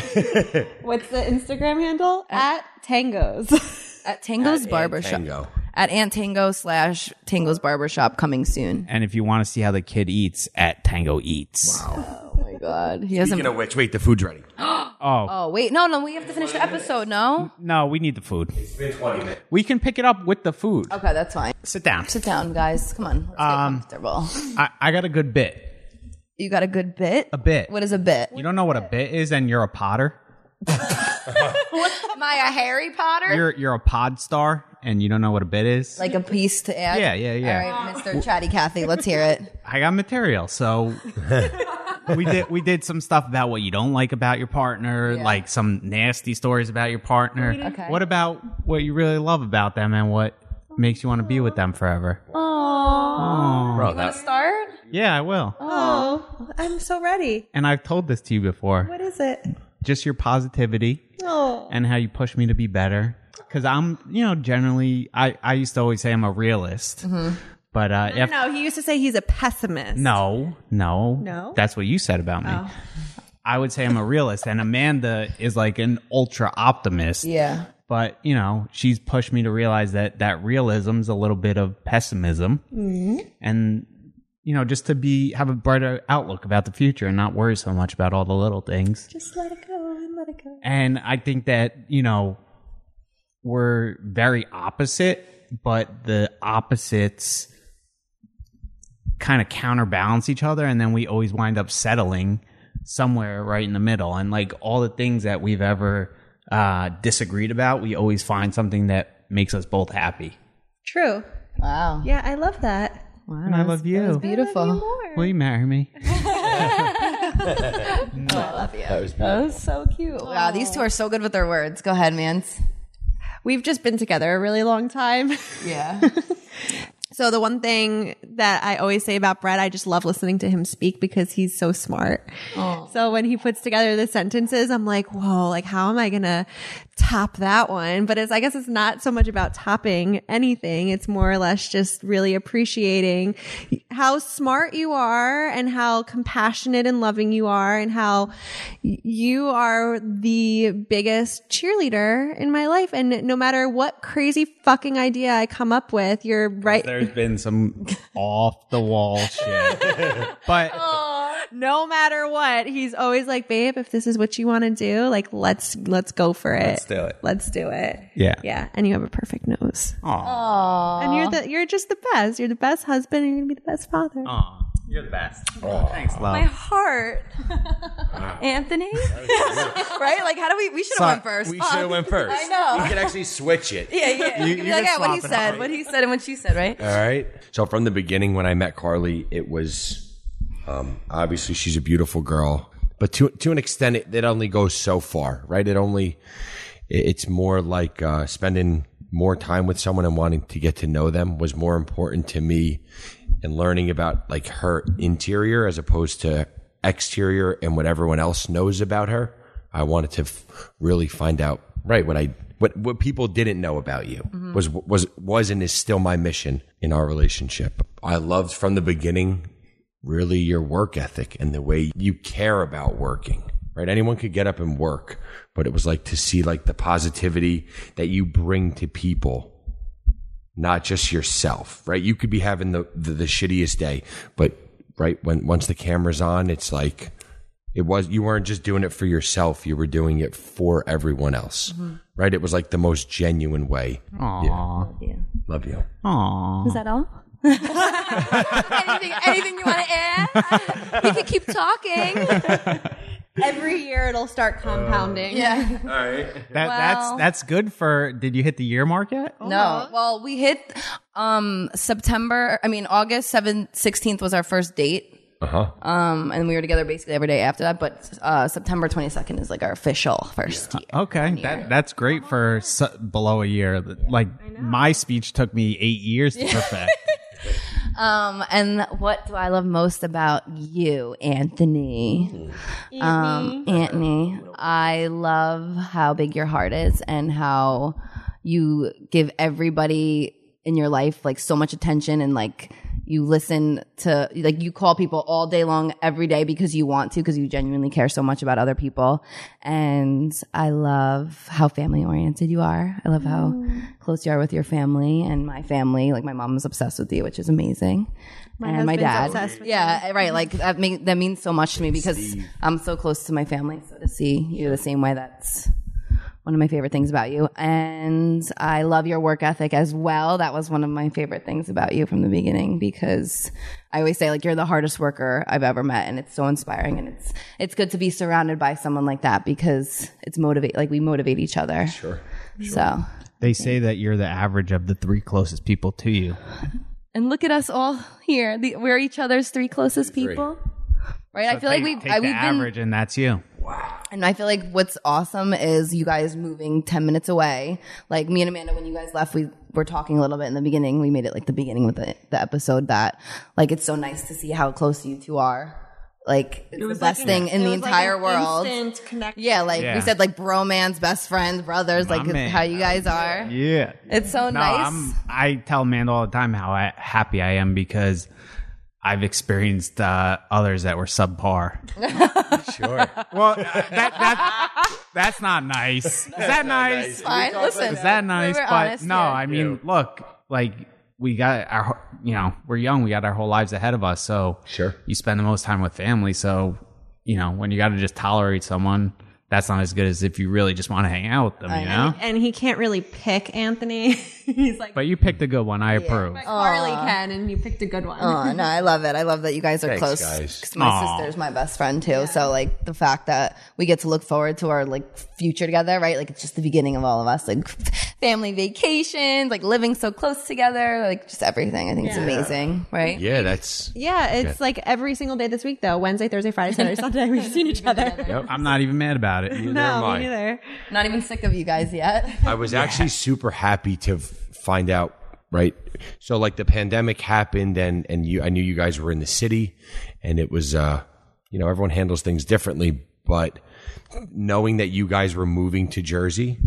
Speaker 3: What's the Instagram handle? At Tangos.
Speaker 4: at Tango's Barbershop.
Speaker 6: Tango.
Speaker 4: At Aunt Tango slash Tango's Barbershop, coming soon.
Speaker 7: And if you want to see how the kid eats, at Tango Eats.
Speaker 4: Oh my God, he hasn't.
Speaker 6: Speaking of which, wait, the food's ready.
Speaker 4: Oh wait, no, no, we have to finish the episode. No,
Speaker 7: No, we need the food. It's been 20 minutes. We can pick it up with the food.
Speaker 4: okay, that's fine.
Speaker 7: Sit down.
Speaker 4: Sit down, guys. Come on, let's get
Speaker 7: Um,
Speaker 4: comfortable.
Speaker 7: I, I got a good bit.
Speaker 4: You got a good bit.
Speaker 7: A bit.
Speaker 4: What is a bit?
Speaker 7: You don't know what a bit is, and you're a potter.
Speaker 4: Am I a Harry Potter?
Speaker 7: You're you're a pod star, and you don't know what a bit is.
Speaker 4: like a piece to add.
Speaker 7: yeah, yeah, yeah.
Speaker 4: All right, Mr. Chatty Cathy, let's hear it.
Speaker 7: I got material, so we did we did some stuff about what you don't like about your partner, like some nasty stories about your partner.
Speaker 4: Okay.
Speaker 7: What about what you really love about them, and what makes you want to be with them forever?
Speaker 6: Bro, that,
Speaker 4: Start.
Speaker 7: Yeah, I will.
Speaker 3: Oh, I'm so ready.
Speaker 7: And I've told this to you before.
Speaker 3: What is it? Oh.
Speaker 7: just your positivity and how you push me to be better. Because I'm, you know, generally, I, I used to always say I'm a realist. But uh, if,
Speaker 3: Mm-hmm. No, he used to say he's a pessimist.
Speaker 7: no, no,
Speaker 3: No? Oh.
Speaker 7: that's what you said about me. I would say I'm a realist, and Amanda is like an ultra optimist.
Speaker 4: Yeah.
Speaker 7: But, you know, she's pushed me to realize that that realism's a little bit of pessimism.
Speaker 3: Mm-hmm.
Speaker 7: And, you know, just to be have a brighter outlook about the future and not worry so much about all the little things.
Speaker 3: Just let it go and let it go.
Speaker 7: And I think that, you know, we're very opposite, but the opposites kind of counterbalance each other. And then we always wind up settling somewhere right in the middle. And like all the things that we've ever uh, disagreed about, we always find something that makes us both happy.
Speaker 3: True.
Speaker 4: Wow.
Speaker 3: Yeah, I love that.
Speaker 7: And I love you.
Speaker 4: Beautiful.
Speaker 7: Will you marry me?
Speaker 4: That was so cute. Wow, these two are so good with their words. Go ahead, Mans.
Speaker 3: We've just been together a really long time.
Speaker 4: Yeah.
Speaker 3: So the one thing that I always say about Brett, I just love listening to him speak because he's so smart. So when he puts together the sentences, I'm like, whoa, like how am I gonna top that one? But it's I guess it's not so much about topping anything. It's more or less just really appreciating how smart you are and how compassionate and loving you are and how y- you are the biggest cheerleader in my life. And no matter what crazy fucking idea I come up with, you're right.
Speaker 7: There's there's been some off the wall shit. But
Speaker 4: Oh.
Speaker 3: no matter what, he's always like, babe, if this is what you want to do, like let's let's go for it. Let's
Speaker 7: do it.
Speaker 3: Let's do it.
Speaker 7: yeah.
Speaker 3: Yeah. And you have a perfect nose.
Speaker 7: Aw.
Speaker 3: And you're the you're just the best. You're the best husband. You're gonna be the best father.
Speaker 4: Uh,
Speaker 7: Aw. You're the best. Thanks, love.
Speaker 4: My heart. Anthony? right? Like, how do we? We should have
Speaker 7: Sorry,
Speaker 4: went first.
Speaker 6: We should have went first.
Speaker 4: I know.
Speaker 6: We could actually switch it.
Speaker 4: Yeah, yeah.
Speaker 7: You-
Speaker 4: Be
Speaker 7: you
Speaker 4: like,
Speaker 7: can
Speaker 4: yeah, what
Speaker 7: swap
Speaker 4: he
Speaker 7: it
Speaker 4: said,
Speaker 7: out.
Speaker 4: what he said, and what she said, right?
Speaker 6: All right. So from the beginning, when I met Carly, it was um, obviously she's a beautiful girl, but to to an extent, it, it only goes so far, right? It only it- it's more like uh, spending more time with someone and wanting to get to know them was more important to me and learning about like her interior as opposed to exterior and what everyone else knows about her. I wanted to f- really find out right what I what what people didn't know about you was was was and is still my mission in our relationship. I loved from the beginning really your work ethic and the way you care about working. Right? Anyone could get up and work, but it was like to see like the positivity that you bring to people not just yourself, right? You could be having the, the, the shittiest day, but right when once the camera's on, it's like it was you weren't just doing it for yourself, you were doing it for everyone else. Right? It was like the most genuine way.
Speaker 7: Aw.
Speaker 6: Love you.
Speaker 7: Aw.
Speaker 4: Is that all? anything, anything you want to add? we could keep talking.
Speaker 3: Every year it'll start compounding.
Speaker 4: Yeah. Well-
Speaker 7: That, that's that's good for. Did you hit the year mark yet?
Speaker 4: No. Well, we hit um September, I mean August 7th, 16th was our first date.
Speaker 6: Uh-huh.
Speaker 4: Um and we were together basically every day after that, but uh September 22nd is like our official first year.
Speaker 7: Okay, that that's great for su- below a year. Like my speech took me eight years to perfect.
Speaker 4: Um and what do I love most about you, Anthony? Um Anthony, I love how big your heart is and how you give everybody in your life like so much attention and like you listen to like you call people all day long every day because you want to because you genuinely care so much about other people and i love how family oriented you are i love how close you are with your family and my family like my mom is obsessed with you which is amazing and my
Speaker 3: husband's
Speaker 4: dad
Speaker 3: obsessed with
Speaker 4: yeah right like that, mean, that means so much to me because i'm so close to my family so to see you the same way that's one of my favorite things about you. And I love your work ethic as well. That was one of my favorite things about you from the beginning because I always say like you're the hardest worker I've ever met and it's so inspiring and it's it's good to be surrounded by someone like that because it's motivate like we motivate each other. Sure. So
Speaker 7: they say that you're the average of the three closest people to you.
Speaker 4: and look at us all here. The, we're each other's three closest people. Right? I feel like we've,
Speaker 7: take
Speaker 4: I,
Speaker 7: the
Speaker 4: we've been
Speaker 7: average, and that's you.
Speaker 4: And I feel like what's awesome is you guys moving 10 minutes away. Like me and Amanda, when you guys left, we were talking a little bit in the beginning. We made it like the beginning with the, the episode that like it's so nice to see how close you two are. Like it's the best thing in the entire world. yeah, like
Speaker 7: Yeah.
Speaker 4: we said, like bromance, best friends, brothers, like
Speaker 7: man.
Speaker 4: how you guys are.
Speaker 7: Yeah.
Speaker 4: It's so
Speaker 7: No,
Speaker 4: nice.
Speaker 7: I'm, I tell Amanda all the time how I, happy I am because I've experienced uh, others that were subpar.
Speaker 6: Sure.
Speaker 7: Well, that, that that's not nice. Is that nice?
Speaker 4: Fine, listen.
Speaker 7: Is that nice?
Speaker 4: were
Speaker 7: but
Speaker 4: honest,
Speaker 7: no,
Speaker 4: yeah.
Speaker 7: I mean, look, like we got our, you know, we're young. We got our whole lives ahead of us. So
Speaker 6: Sure.
Speaker 7: you spend the most time with family. So you know, when you got to just tolerate someone, that's not as good as if you really just want to hang out with them. you know.
Speaker 3: And he can't really pick Anthony. He's like
Speaker 7: But you picked a good one. I approve.
Speaker 3: Carly can and you picked a good one.
Speaker 4: Oh no, I love it. I love that you guys are
Speaker 6: Thanks,
Speaker 4: close.
Speaker 6: guys.
Speaker 4: 'Cause my
Speaker 7: Aw.
Speaker 4: sister's my best friend too. So like the fact that we get to look forward to our like future together, right? Like it's just the beginning of all of us, like family vacations, like living so close together, like just everything. I think it's amazing, right?
Speaker 6: Yeah, that's
Speaker 3: Yeah, it's like every single day this week though. Wednesday, Thursday, Friday, Saturday, Sunday. We've seen each other.
Speaker 7: I'm not even mad about it.
Speaker 6: am
Speaker 3: No,
Speaker 6: I.
Speaker 3: me neither.
Speaker 4: Not even sick of you guys yet.
Speaker 6: I was actually super happy to f- find out. Right, so like the pandemic happened, and and you, I knew you guys were in the city, and it was, uh, you know, everyone handles things differently. But knowing that you guys were moving to Jersey,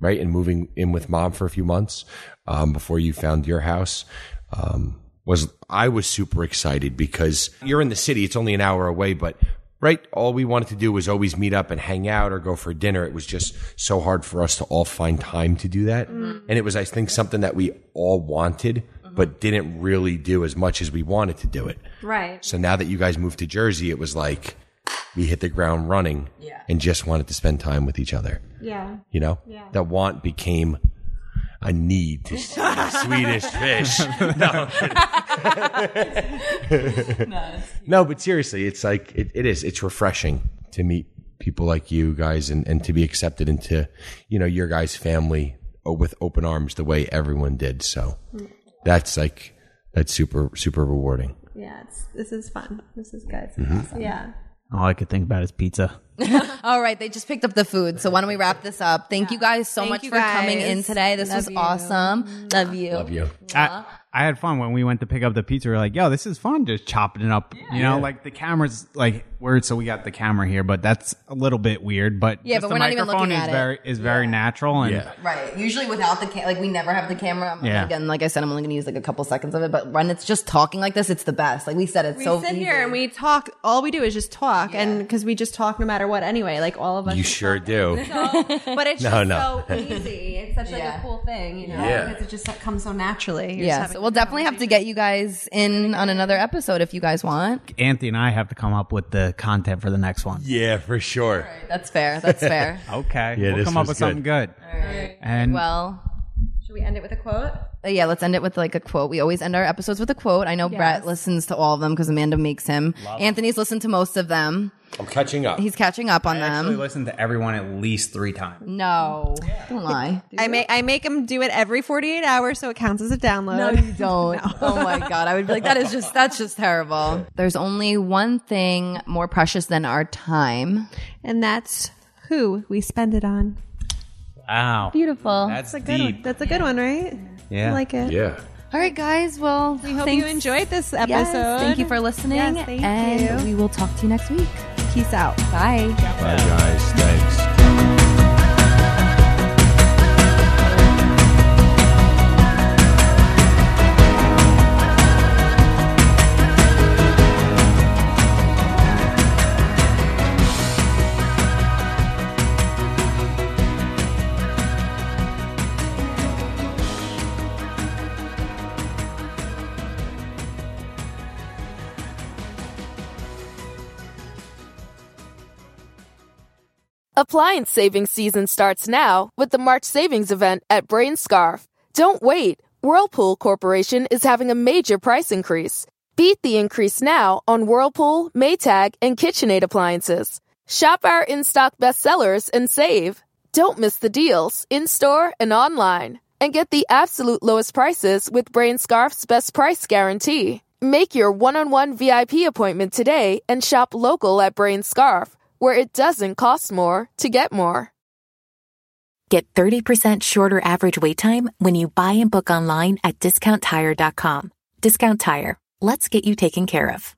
Speaker 6: right, and moving in with mom for a few months um, before you found your house, um, was I was super excited because you're in the city; it's only an hour away, but. Right. All we wanted to do was always meet up and hang out or go for dinner. It was just so hard for us to all find time to do that. And it was, I think, something that we all wanted, but didn't really do as much as we wanted to do it.
Speaker 3: Right.
Speaker 6: So now that you guys moved to Jersey, it was like we hit the ground running and just wanted to spend time with each other.
Speaker 3: Yeah.
Speaker 6: You know, that want became a need to see Swedish fish. No, no, but seriously, it's like it, it is. It's refreshing to meet people like you guys and, and to be accepted into you know your guys' family uh, with open arms the way everyone did. So that's like that's super super rewarding.
Speaker 3: Yeah. It's, this is fun. This is good. Yeah.
Speaker 7: All I could think about is pizza.
Speaker 4: All right, they just picked up the food. So why don't we wrap this up? Thank you guys so much
Speaker 3: you
Speaker 4: for coming
Speaker 3: guys.
Speaker 4: in today. This was awesome. Love you.
Speaker 6: Love you.
Speaker 7: I, I had fun when we went to pick up the pizza. We are like, yo, this is fun just chopping it up. You know, like the camera's like weird, so we got the camera here, but that's a little bit weird. But
Speaker 4: Yeah,
Speaker 7: just
Speaker 4: but
Speaker 7: the
Speaker 4: we're not even
Speaker 7: microphone
Speaker 4: looking
Speaker 7: is
Speaker 4: at it.
Speaker 7: very is very natural and
Speaker 6: Yeah.
Speaker 4: Right. Usually without the ca- like we never have the camera. I'm-
Speaker 7: Yeah.
Speaker 4: Again, like I said, I'm only going to use like a couple seconds of it. But when it's just talking like this, it's the best. Like we said, it's
Speaker 3: We
Speaker 4: so
Speaker 3: sit
Speaker 4: easy.
Speaker 3: here and we talk. All we do is just talk, and because we just talk no matter what anyway, like all of us.
Speaker 6: You sure do.
Speaker 3: but it's
Speaker 6: No,
Speaker 3: just
Speaker 6: no.
Speaker 3: so easy. It's such like
Speaker 4: Yeah.
Speaker 3: a cool thing, you know,
Speaker 6: Yeah.
Speaker 3: because it just like, comes so naturally. You're
Speaker 4: Yeah.
Speaker 3: just
Speaker 4: So
Speaker 3: having
Speaker 4: we'll
Speaker 3: a
Speaker 4: definitely have to get you guys in on another episode if you guys want.
Speaker 7: Anthony and I have to come up with the content for the next one.
Speaker 6: yeah, for sure.
Speaker 4: That's fair. That's fair.
Speaker 7: Okay.
Speaker 6: Yeah,
Speaker 7: we'll
Speaker 6: this
Speaker 7: come up
Speaker 6: was
Speaker 7: with something good. And
Speaker 4: well.
Speaker 3: conversation. Should we end it with a quote?
Speaker 4: uh, Yeah, let's end it with like a quote. We always end our episodes with a quote. I know Brett listens to all of them because Amanda makes him. Anthony's listened to most of them.
Speaker 6: I'm catching up.
Speaker 4: He's catching up on
Speaker 7: actually
Speaker 4: them.
Speaker 7: listen to everyone at least three times.
Speaker 4: No, don't lie.
Speaker 3: I make I make him do it every 48 hours, so it counts as a download.
Speaker 4: No, you don't. Oh my god, I would be like, that is just that's just terrible. There's only one thing more precious than our time.
Speaker 3: and that's who we spend it on.
Speaker 7: Wow.
Speaker 4: Beautiful.
Speaker 7: That's,
Speaker 3: That's a good one.
Speaker 7: deep.
Speaker 3: That's a good one, right?
Speaker 7: Yeah.
Speaker 3: I like it.
Speaker 6: yeah.
Speaker 4: All right, guys. Well, we
Speaker 3: Hope you enjoyed this episode.
Speaker 4: Yes, thank you for listening,
Speaker 3: Yes, thank
Speaker 4: and
Speaker 3: you.
Speaker 4: we will talk to you next week.
Speaker 3: Peace out.
Speaker 4: Bye.
Speaker 6: Bye, guys. Thanks.
Speaker 1: Appliance savings season starts now with the March savings event at Brain Scarf. Don't wait. Whirlpool Corporation is having a major price increase. Beat the increase now on Whirlpool, Maytag, and KitchenAid appliances. Shop our in-stock bestsellers and save. Don't miss the deals in-store and online and get the absolute lowest prices with Brain Scarf's best price guarantee. Make your one-on-one VIP appointment today and shop local at Brain Scarf where it doesn't cost more to get more.
Speaker 2: Get 30% shorter average wait time when you buy and book online at discounttire.com. Discount Tire. Let's get you taken care of.